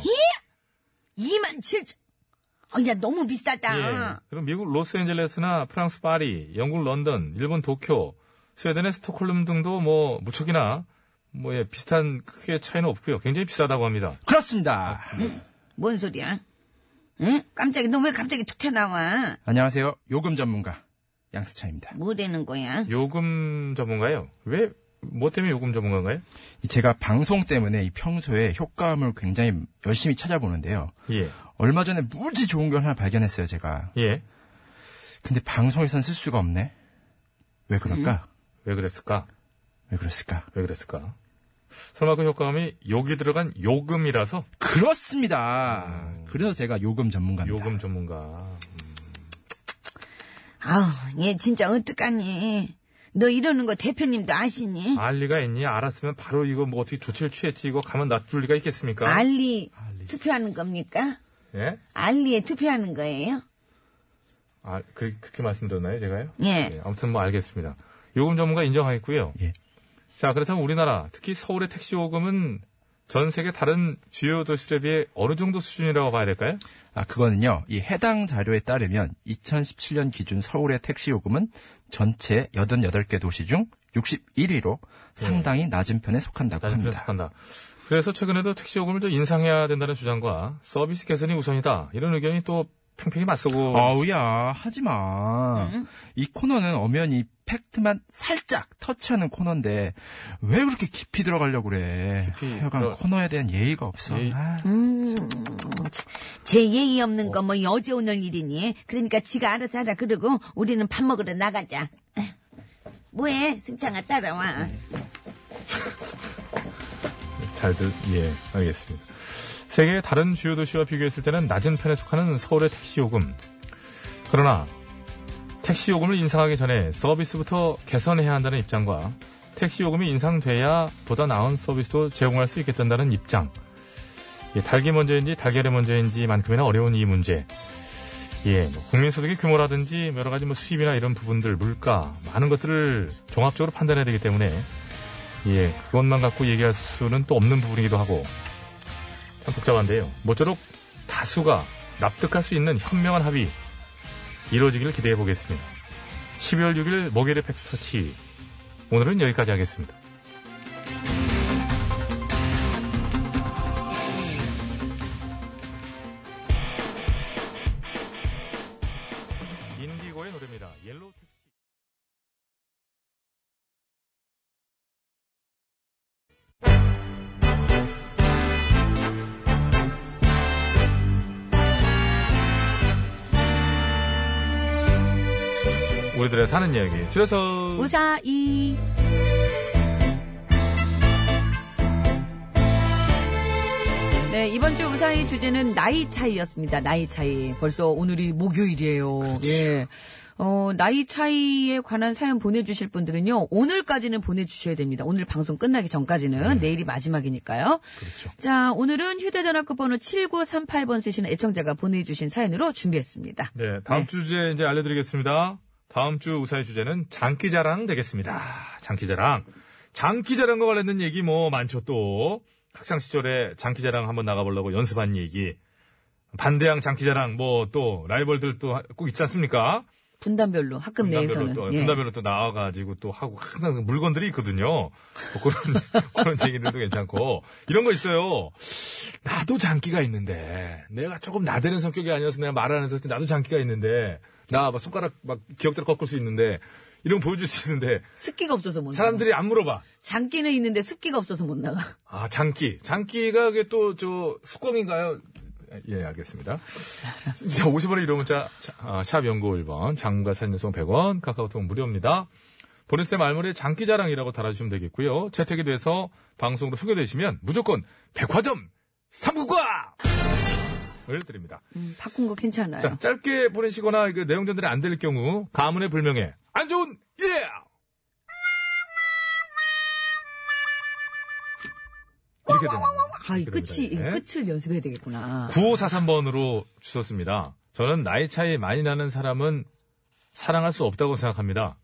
Speaker 2: 2만 7천. 어, 야, 너무 비싸다.
Speaker 13: 예. 그리고 미국 로스앤젤레스나 프랑스 파리, 영국 런던, 일본 도쿄, 스웨덴의 스톡홀름 등도 뭐 무척이나 뭐 예, 비슷한 크게 차이는 없고요. 굉장히 비싸다고 합니다.
Speaker 12: 그렇습니다.
Speaker 2: 뭔 소리야? 응? 깜짝이야. 너 왜 갑자기 툭 튀어나와?
Speaker 12: 안녕하세요. 요금 전문가 양수찬입니다.
Speaker 2: 뭐라는 거야?
Speaker 13: 요금 전문가요? 왜? 뭐 때문에 요금 전문가인가요?
Speaker 12: 이 제가 방송 때문에 이 평소에 효과음을 굉장히 열심히 찾아보는데요.
Speaker 13: 예.
Speaker 12: 얼마 전에 무지 좋은 걸 하나 발견했어요, 제가.
Speaker 13: 예.
Speaker 12: 근데 방송에선 쓸 수가 없네. 왜 그럴까?
Speaker 13: 왜 그랬을까?
Speaker 12: 왜 그랬을까?
Speaker 13: 왜 그랬을까? 설마 그 효과음이 욕이 들어간 요금이라서
Speaker 12: 그렇습니다. 그래서 제가 요금 전문가입니다.
Speaker 13: 음. 요금 전문가.
Speaker 2: 아우, 얘 진짜 어떡하니? 너 이러는 거 대표님도 아시니?
Speaker 13: 알리가 있니? 알았으면 바로 이거 뭐 어떻게 조치를 취했지. 이거 가만 놔둘 리가 있겠습니까?
Speaker 11: 아-
Speaker 2: 알리, 투표하는 겁니까?
Speaker 13: 예?
Speaker 2: 알리에 투표하는 거예요?
Speaker 13: 아, 그, 그렇게 말씀드렸나요, 제가요?
Speaker 2: 예.
Speaker 13: 네, 아무튼 뭐 알겠습니다. 요금 전문가 인정하겠고요.
Speaker 12: 예.
Speaker 13: 자, 그렇다면 우리나라, 특히 서울의 택시 요금은 전 세계 다른 주요 도시들에 비해 어느 정도 수준이라고 봐야 될까요?
Speaker 12: 아, 그거는요. 이 해당 자료에 따르면 2017년 기준 서울의 택시 요금은 전체 88개 도시 중 61위로 상당히 낮은 편에 속한다고
Speaker 13: 예. 낮은 편에
Speaker 12: 합니다.
Speaker 13: 속한다. 그래서 최근에도 택시 요금을 좀 인상해야 된다는 주장과 서비스 개선이 우선이다. 이런 의견이 또 팽팽히 맞서고
Speaker 12: 아우야, 하지 마. 이 코너는 엄연히 팩트만 살짝 터치하는 코너인데 왜 그렇게 깊이 들어가려고 그래?
Speaker 13: 깊이
Speaker 12: 하여간
Speaker 13: 들어-
Speaker 12: 코너에 대한 예의가 없어.
Speaker 13: 예의-
Speaker 12: 아.
Speaker 11: 음, 제 예의 없는 거 뭐 어제 오늘 일이니. 그러니까 지가 알아서 하라 그러고 우리는 밥 먹으러 나가자. 뭐해? 승창아 따라와.
Speaker 2: 예.
Speaker 13: 잘들 예 알겠습니다. 세계의 다른 주요 도시와 비교했을 때는 낮은 편에 속하는 서울의 택시 요금. 그러나 택시 요금을 인상하기 전에 서비스부터 개선해야 한다는 입장과 택시 요금이 인상돼야 보다 나은 서비스도 제공할 수 있겠다는 입장. 예, 닭이 먼저인지 달걀이 먼저인지만큼이나 어려운 이 문제. 예, 뭐 국민 소득의 규모라든지 여러 가지 뭐 수입이나 이런 부분들, 물가 많은 것들을 종합적으로 판단해야 되기 때문에 예, 그것만 갖고 얘기할 수는 또 없는 부분이기도 하고 참 복잡한데요. 모쪼록 다수가 납득할 수 있는 현명한 합의 이루어지기를 기대해 보겠습니다. 12월 6일 목요일의 팩스터치 오늘은 여기까지 하겠습니다. 인디고의 노래입니다. 옐로우 택시. 우리들의 사는 이야기
Speaker 11: 음.
Speaker 13: 줄여서
Speaker 11: 우사이.
Speaker 2: 네, 이번 주 우사의 주제는 나이 차이였습니다. 나이 차이. 벌써 오늘이 목요일이에요.
Speaker 13: 그렇죠.
Speaker 2: 예. 어, 나이 차이에 관한 사연 보내주실 분들은요, 오늘까지는 보내주셔야 됩니다. 오늘 방송 끝나기 전까지는.
Speaker 13: 네.
Speaker 2: 내일이 마지막이니까요.
Speaker 13: 그렇죠.
Speaker 2: 자, 오늘은 휴대전화 끝번호 7938번 쓰시는 애청자가 보내주신 사연으로 준비했습니다.
Speaker 13: 네, 다음 주 주제 이제 알려드리겠습니다. 다음 주 우사의 주제는 장기자랑 되겠습니다. 장기자랑. 장기자랑과 관련된 얘기 뭐 많죠 또. 학창시절에 장기자랑 한번 나가보려고 연습한 얘기. 반대항 장기자랑 뭐 또 라이벌들 또 꼭 있지 않습니까?
Speaker 2: 분단별로, 학급
Speaker 13: 분단별로
Speaker 2: 내에서는.
Speaker 13: 그 또,
Speaker 2: 예.
Speaker 13: 분단별로 또 나와가지고 또 하고 항상 물건들이 있거든요. 뭐 그런, <laughs> 그런 얘기들도 괜찮고. 이런 거 있어요. 나도 장기가 있는데, 내가 조금 나대는 성격이 아니어서 내가 말하는 성격, 나도 장기가 있는데, 나 막 손가락 막 기억대로 꺾을 수 있는데, 이런 거 보여줄 수 있는데,
Speaker 2: 숫기가 없어서 못 나가.
Speaker 13: 사람들이 안 물어봐.
Speaker 2: 장기는 있는데 숫기가 없어서 못 나가.
Speaker 13: 아, 장기. 장기가 그게 또, 저, 숙공인가요? 예, 알겠습니다. 진짜 50원의 이름 문자, 자, 아, 샵 연구 1번, 장문과 사진 연속 100원, 카카오톡 무료입니다. 보냈을 때 말머리에 장기자랑이라고 달아주시면 되겠고요. 채택이 돼서 방송으로 소개되시면 무조건 백화점 3국과를 드립니다.
Speaker 2: 바꾼 거 괜찮아요.
Speaker 13: 음. 자, 짧게 보내시거나 이거 내용 전달이 안 될 경우 가문의 불명예 안 좋은 예. 이렇게 됩니다.
Speaker 2: 아이
Speaker 13: 이렇게
Speaker 2: 끝이 이
Speaker 13: 됩니다. 네.
Speaker 2: 끝을 연습해야 되겠구나.
Speaker 13: 9543번으로 주셨습니다. 저는 나이 차이 많이 나는 사람은 사랑할 수 없다고 생각합니다.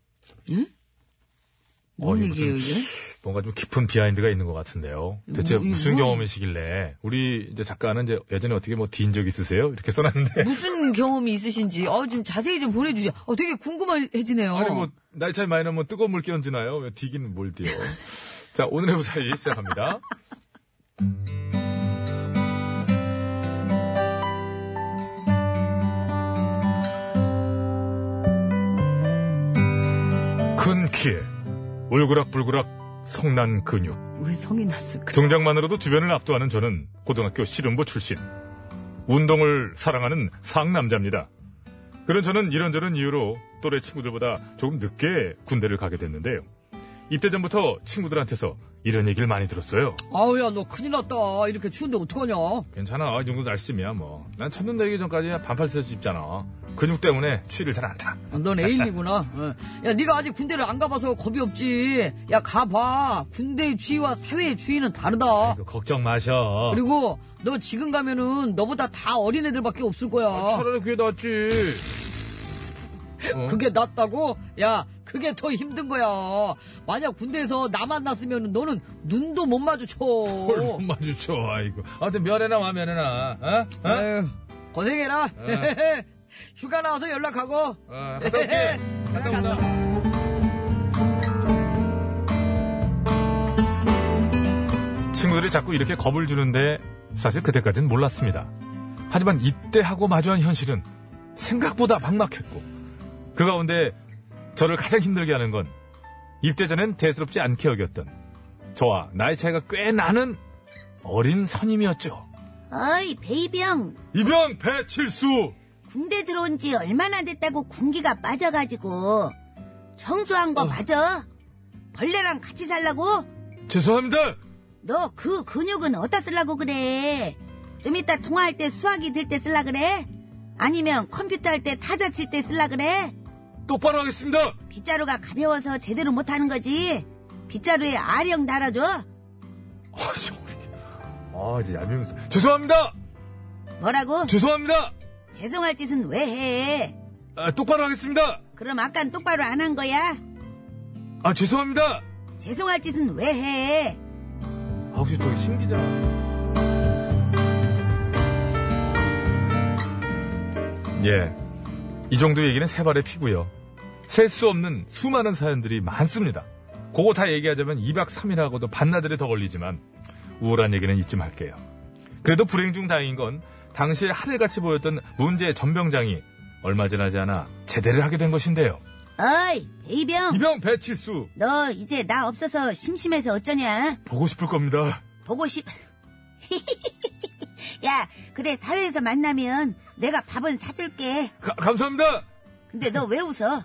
Speaker 2: 뭔
Speaker 13: 어, 이게
Speaker 2: 얘기예요 이게?
Speaker 13: 뭔가 좀 깊은 비하인드가 있는 것 같은데요. 대체
Speaker 2: 뭐, 이거
Speaker 13: 무슨
Speaker 2: 뭐-
Speaker 13: 경험이시길래 우리 이제 작가는 이제 예전에 어떻게 뭐 뒤인 적 있으세요? 이렇게 써놨는데
Speaker 2: 무슨 경험이 있으신지 어 좀 자세히 좀 보내주세요. 어 되게 궁금해지네요.
Speaker 13: 아니 뭐 나이 차이 많이 나면 뜨거운 물 끼얹으나요? 왜 디긴 뭘 디요? 자 오늘의 우사히 시작합니다. <laughs> 큰 키에 울그락불그락 성난 근육
Speaker 2: 왜 성이 났을까?
Speaker 13: 등장만으로도 주변을 압도하는 저는 고등학교 씨름부 출신. 운동을 사랑하는 상남자입니다. 그런 저는 이런저런 이유로 또래 친구들보다 조금 늦게 군대를 가게 됐는데요. 입대 전부터 친구들한테서 이런 얘기를 많이 들었어요.
Speaker 2: 아우야 너 큰일 났다. 이렇게 추운데 어떡하냐?
Speaker 13: 괜찮아. 이 정도 날씨쯤이야, 뭐. 난 첫눈 내리기 전까지 반팔 스셔츠 입잖아. 근육 때문에 추위를 잘 안 타.
Speaker 2: 아, 넌
Speaker 13: <laughs>
Speaker 2: 에일리구나. 어. 야 네가 아직 군대를 안 가봐서 겁이 없지. 야 가봐. 군대의 주의와 사회의 주의는 다르다.
Speaker 13: 아이고, 걱정 마셔.
Speaker 2: 그리고 너 지금 어.
Speaker 13: 어,
Speaker 2: 가면은 너보다 다 어린 애들밖에 없을 거야.
Speaker 13: 차라리 그게 낫지.
Speaker 14: 그게 낫다고? 야, 그게 더 힘든 거야. 만약 군대에서 나만 났으면 너는 눈도 못 마주쳐.
Speaker 13: 홀로 마주쳐, 아이고. 아무튼 면회나 와, 면회나. 어? 어?
Speaker 2: 네.
Speaker 14: 에휴, 고생해라. <laughs> 휴가 나와서 연락하고.
Speaker 13: 어,
Speaker 2: <laughs>
Speaker 13: 갔다 올게. 갔다 온다. 친구들이 자꾸 이렇게 겁을 주는데 사실 그때까지는 몰랐습니다. 하지만 이때 하고 마주한 현실은 생각보다 막막했고 그 가운데 저를 가장 힘들게 하는 건 입대 전엔 대수롭지 않게 여겼던 저와 나이 차이가 꽤 나는 어린 선임이었죠.
Speaker 2: 어이, 베이병.
Speaker 13: 이병 배칠수
Speaker 2: 군대 들어온 지 얼마나 됐다고 군기가 빠져가지고 청소한 거 맞아? 벌레랑 같이 살라고?
Speaker 13: 죄송합니다.
Speaker 2: 너 그 근육은 어디다 쓰려고 그래? 좀 이따 통화할 때 수화기 들 때 쓸라 그래? 아니면 컴퓨터 할 때 타자 칠 때 쓸라 그래?
Speaker 13: 똑바로 하겠습니다.
Speaker 2: 빗자루가 가벼워서 제대로 못하는 거지. 빗자루에 아령 달아줘.
Speaker 13: 아, 씨, 어떡해. 아, 이제 얄미운 사- 죄송합니다.
Speaker 2: 뭐라고?
Speaker 13: 죄송합니다.
Speaker 2: 죄송할 짓은 왜 해?
Speaker 13: 아, 똑바로 하겠습니다.
Speaker 2: 그럼 아깐 똑바로 안 한 거야?
Speaker 13: 아, 죄송합니다.
Speaker 2: 죄송할 짓은 왜 해?
Speaker 13: 아, 혹시 저기 신기자. 예. 이 정도 얘기는 세 발의 피고요. 셀 수 없는 수많은 사연들이 많습니다. 그거 다 얘기하자면 2박 3일하고도 반나절이 더 걸리지만 우울한 얘기는 이쯤 할게요. 그래도 불행 중 다행인 건 당시에 하늘같이 보였던 문제의 전병장이 얼마 지나지 않아 제대를 하게 된 것인데요.
Speaker 2: 어이, 베이병.
Speaker 13: 이병 배칠수
Speaker 2: 너 이제 나 없어서 심심해서 어쩌냐?
Speaker 13: 보고 싶을 겁니다.
Speaker 2: 보고 싶. <laughs> 야, 그래 사회에서 만나면 내가 밥은 사줄게.
Speaker 13: 가- 감사합니다.
Speaker 2: 근데 너 왜 웃어?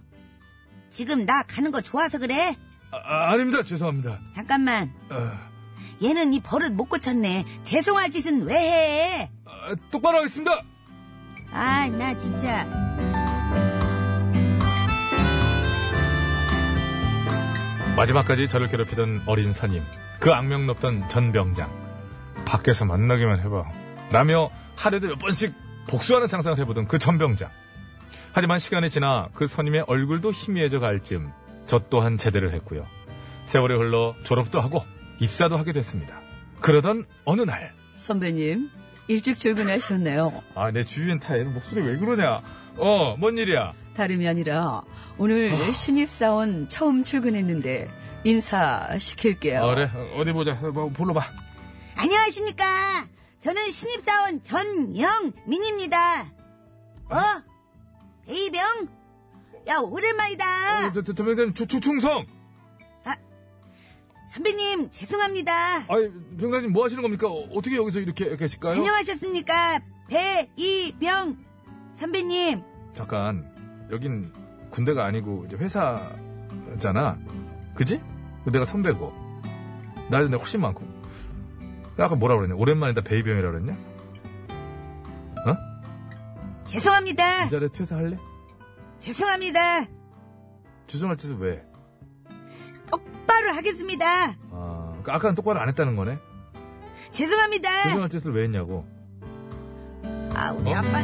Speaker 2: 지금 나 가는 거 좋아서 그래?
Speaker 13: 아, 아, 아닙니다. 죄송합니다.
Speaker 2: 잠깐만.
Speaker 13: 어.
Speaker 2: 얘는 이 버릇 못 고쳤네. 죄송할 짓은 왜 해?
Speaker 13: 아, 똑바로 하겠습니다.
Speaker 2: 아, 나 진짜.
Speaker 13: 마지막까지 저를 괴롭히던 어린 선임, 그 악명 높던 전병장. 밖에서 만나기만 해봐. 라며 하루에도 몇 번씩 복수하는 상상을 해보던 그 전병장. 하지만 시간이 지나 그 선임의 얼굴도 희미해져 갈 즈음 저 또한 제대를 했고요. 세월이 흘러 졸업도 하고 입사도 하게 됐습니다. 그러던 어느 날.
Speaker 15: 선배님, 일찍 출근하셨네요.
Speaker 13: 아, 내 주위엔 다 얘는 목소리 왜 그러냐. 어, 뭔 일이야.
Speaker 15: 다름이 아니라 오늘 신입사원 처음 출근했는데 인사시킬게요.
Speaker 13: 아, 그래. 어디 보자. 뭐, 불러봐.
Speaker 2: 안녕하십니까? 저는 신입사원 전영민입니다. 어? 베이병? 야, 오랜만이다.
Speaker 13: 어, 저, 저, 저, 저, 저, 충성!
Speaker 2: 선배님, 죄송합니다.
Speaker 13: 아이, 병장님 뭐 하시는 겁니까? 어, 어떻게 여기서 이렇게 계실까요?
Speaker 2: 안녕하셨습니까? 배이병 선배님.
Speaker 13: 잠깐, 여긴 군대가 아니고 이제 회사잖아. 그지? 내가 선배고. 나이 내가 훨씬 많고. 나 아까 뭐라 그랬냐? 오랜만이다 베이병이라 그랬냐?
Speaker 2: 죄송합니다.
Speaker 13: 이 자리에 퇴사할래?
Speaker 2: 죄송합니다.
Speaker 13: 죄송할 짓은 왜?
Speaker 2: 똑바로 하겠습니다.
Speaker 13: 아, 그러니까 아까는 똑바로 안 했다는 거네?
Speaker 2: 죄송합니다.
Speaker 13: 죄송할 짓을 왜 했냐고.
Speaker 2: 아, 우리
Speaker 13: 어?
Speaker 2: 아빠.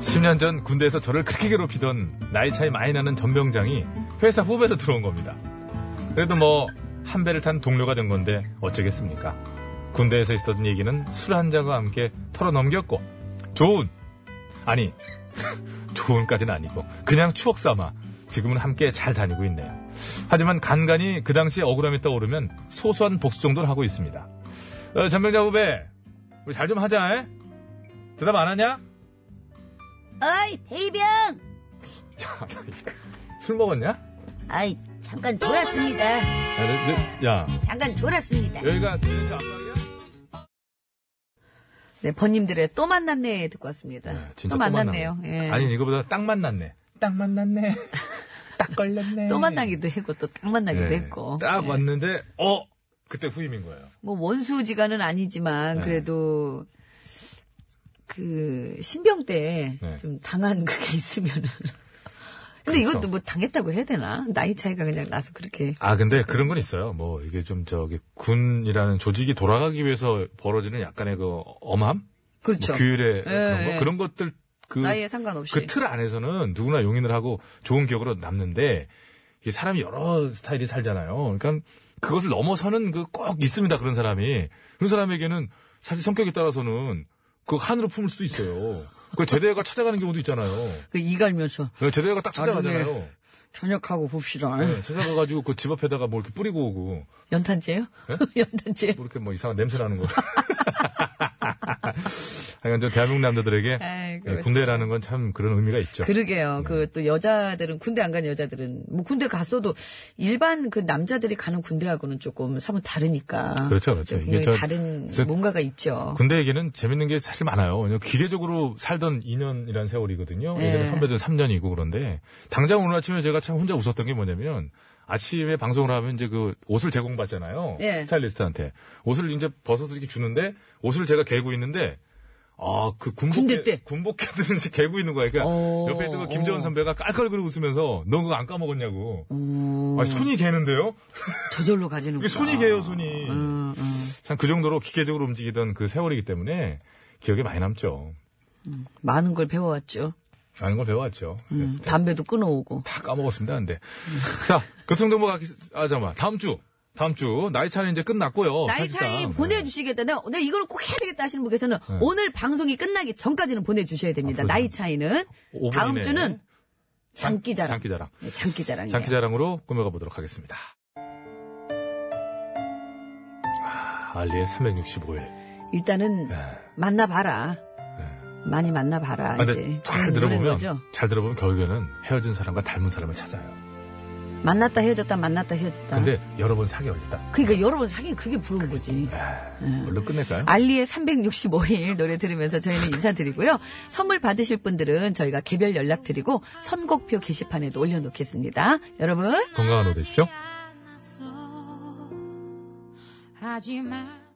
Speaker 13: 십 년 전 군대에서 저를 그렇게 괴롭히던 나이 차이 많이 나는 전병장이 회사 후배로 들어온 겁니다. 그래도 뭐 한 배를 탄 동료가 된 건데 어쩌겠습니까? 군대에서 있었던 얘기는 술 한 잔과 함께 털어넘겼고 좋은 아니 <laughs> 좋은까지는 아니고 그냥 추억 삼아 지금은 함께 잘 다니고 있네요. 하지만 간간이 그 당시 억울함이 떠오르면 소소한 복수 정도는 하고 있습니다. 어, 전병장 후배 우리 잘 좀 하자. 에? 대답 안 하냐?
Speaker 2: 어이, 베이병.
Speaker 13: 자, 술 먹었냐?
Speaker 2: 아이, 잠깐 돌았습니다.
Speaker 13: 야, 너- 너- 야,
Speaker 2: 잠깐 돌았습니다.
Speaker 13: 여기가 트렌드 앞방이야?
Speaker 15: 네, 번님들의 또 만났네 듣고 왔습니다.
Speaker 13: 네, 진짜
Speaker 15: 또 만났네요.
Speaker 13: 만나네.
Speaker 15: 예.
Speaker 13: 아니 이거보다 딱 만났네. 딱 만났네. 딱 걸렸네.
Speaker 15: 또 만나기도 했고 또 딱
Speaker 2: 네.
Speaker 15: 만나기도
Speaker 13: 예,
Speaker 15: 했고. 네.
Speaker 13: 딱 왔는데 어 그때 후임인 거예요.
Speaker 15: 뭐 원수지간은 아니지만
Speaker 13: 네.
Speaker 15: 그래도 그 신병 때 좀
Speaker 13: 네. <laughs>
Speaker 15: 당한 그게 있으면은
Speaker 2: 근데
Speaker 13: 그렇죠.
Speaker 2: 이것도 뭐 당했다고 해야 되나? 나이 차이가 그냥 나서 그렇게.
Speaker 13: 아, 근데 그런 건 있어요. 뭐, 이게 좀 저기, 군이라는 조직이 돌아가기 위해서 벌어지는 약간의 그 엄함?
Speaker 2: 그렇죠.
Speaker 13: 뭐 규율의 그런
Speaker 2: 예.
Speaker 13: 거? 그런 것들 그,
Speaker 2: 나이에 상관없이.
Speaker 13: 그 틀 안에서는 누구나 용인을 하고 좋은 기억으로 남는데, 이 사람이 여러 스타일이 살잖아요. 그러니까 그것을 넘어서는 그 꼭 있습니다. 그런 사람이. 그런 사람에게는 사실 성격에 따라서는 그 한으로 품을 수도 있어요. 그 제대가 <laughs> 찾아가는 경우도 있잖아요.
Speaker 2: 그 이갈면서
Speaker 13: 그 제대가 딱 찾아가잖아요.
Speaker 2: 저녁하고 봅시다.
Speaker 13: 네, 찾아가가지고 그 집 앞에다가 뭐 이렇게 뿌리고 오고.
Speaker 2: 연탄재요? <laughs> 연탄재.
Speaker 13: 뭐 이렇게 뭐 이상한 냄새 나는 거. <laughs> 하여간 저 대한민국 남자들에게
Speaker 2: 아이고,
Speaker 13: 예, 군대라는 건 참 그런 의미가 있죠.
Speaker 2: 그러게요. 그 또 여자들은 군대 안 간 여자들은 뭐 군대 갔어도 일반 그 남자들이 가는 군대하고는 조금 사뭇 다르니까.
Speaker 13: 그렇죠, 그렇죠. 이게
Speaker 2: 분명히
Speaker 13: 저-
Speaker 2: 다른
Speaker 13: 저-
Speaker 2: 뭔가가 있죠.
Speaker 13: 군대 얘기는 재밌는 게 사실 많아요. 왜냐면 기계적으로 살던 2년이란 세월이거든요.
Speaker 2: 네.
Speaker 13: 예전에 선배들 3년이고 그런데 당장 오늘 아침에 제가 참 혼자 웃었던 게 뭐냐면 아침에 방송을 하면 이제 그 옷을 제공받잖아요.
Speaker 2: 예.
Speaker 13: 스타일리스트한테 옷을 이제 벗어서 이렇게 주는데 옷을 제가 개고 있는데 아 그 군복
Speaker 2: 군대 때.
Speaker 13: 군복 개든지 개고 있는 거야. 그러니까
Speaker 2: 어,
Speaker 13: 옆에 있던 그
Speaker 2: 어.
Speaker 13: 김재원 선배가 깔깔거리고 웃으면서 너 그거 안 까먹었냐고.
Speaker 2: 음.
Speaker 13: 아니, 손이 개는데요?
Speaker 2: 저절로 가지는
Speaker 13: 이게
Speaker 2: 거.
Speaker 13: 손이 개요 손이.
Speaker 2: 음,
Speaker 13: 참 그 정도로 기계적으로 움직이던 그 세월이기 때문에 기억에 많이 남죠.
Speaker 2: 많은 걸 배워왔죠.
Speaker 13: 아는 걸 배워왔죠. 네,
Speaker 2: 음, 담배도 끊어오고.
Speaker 13: 다 까먹었습니다. 근데 자 교통정보 가기 아 잠깐만 다음 주 다음 주 나이 차는 이제 끝났고요.
Speaker 2: 나이 차이
Speaker 13: 사실상. 네.
Speaker 2: 보내주시겠다는 내가 이걸 꼭 해야 되겠다 하시는 분께서는 오늘 방송이 끝나기 전까지는 보내주셔야 됩니다.
Speaker 13: 아, 그래요?
Speaker 2: 나이 차이는
Speaker 13: 오분이네.
Speaker 2: 다음 주는 장기자랑
Speaker 13: 장기자랑.
Speaker 2: 네, 장기자랑이에요.
Speaker 13: 장기자랑으로 꾸며가 보도록 하겠습니다. 아, 알리의 365일.
Speaker 2: 일단은 만나봐라. 많이 만나봐라
Speaker 13: 네. 아,
Speaker 2: 이제
Speaker 13: 근데 잘
Speaker 2: 그런
Speaker 13: 들어보면
Speaker 2: 거죠.
Speaker 13: 잘 들어보면 결국에는 헤어진 사람과 닮은 사람을 찾아요.
Speaker 2: 만났다 헤어졌다 만났다 헤어졌다.
Speaker 13: 근데 여러 번 사귀어 있다.
Speaker 2: 그러니까 여러분 사귄 그게 부러운 거지.
Speaker 13: 네. 얼른 끝낼까요?
Speaker 2: 알리의 365일 노래 들으면서 저희는 인사드리고요. 선물 받으실 분들은 저희가 개별 연락드리고 선곡표 게시판에도 올려놓겠습니다. 여러분
Speaker 13: 건강한 오후 되십시오.
Speaker 11: 하지만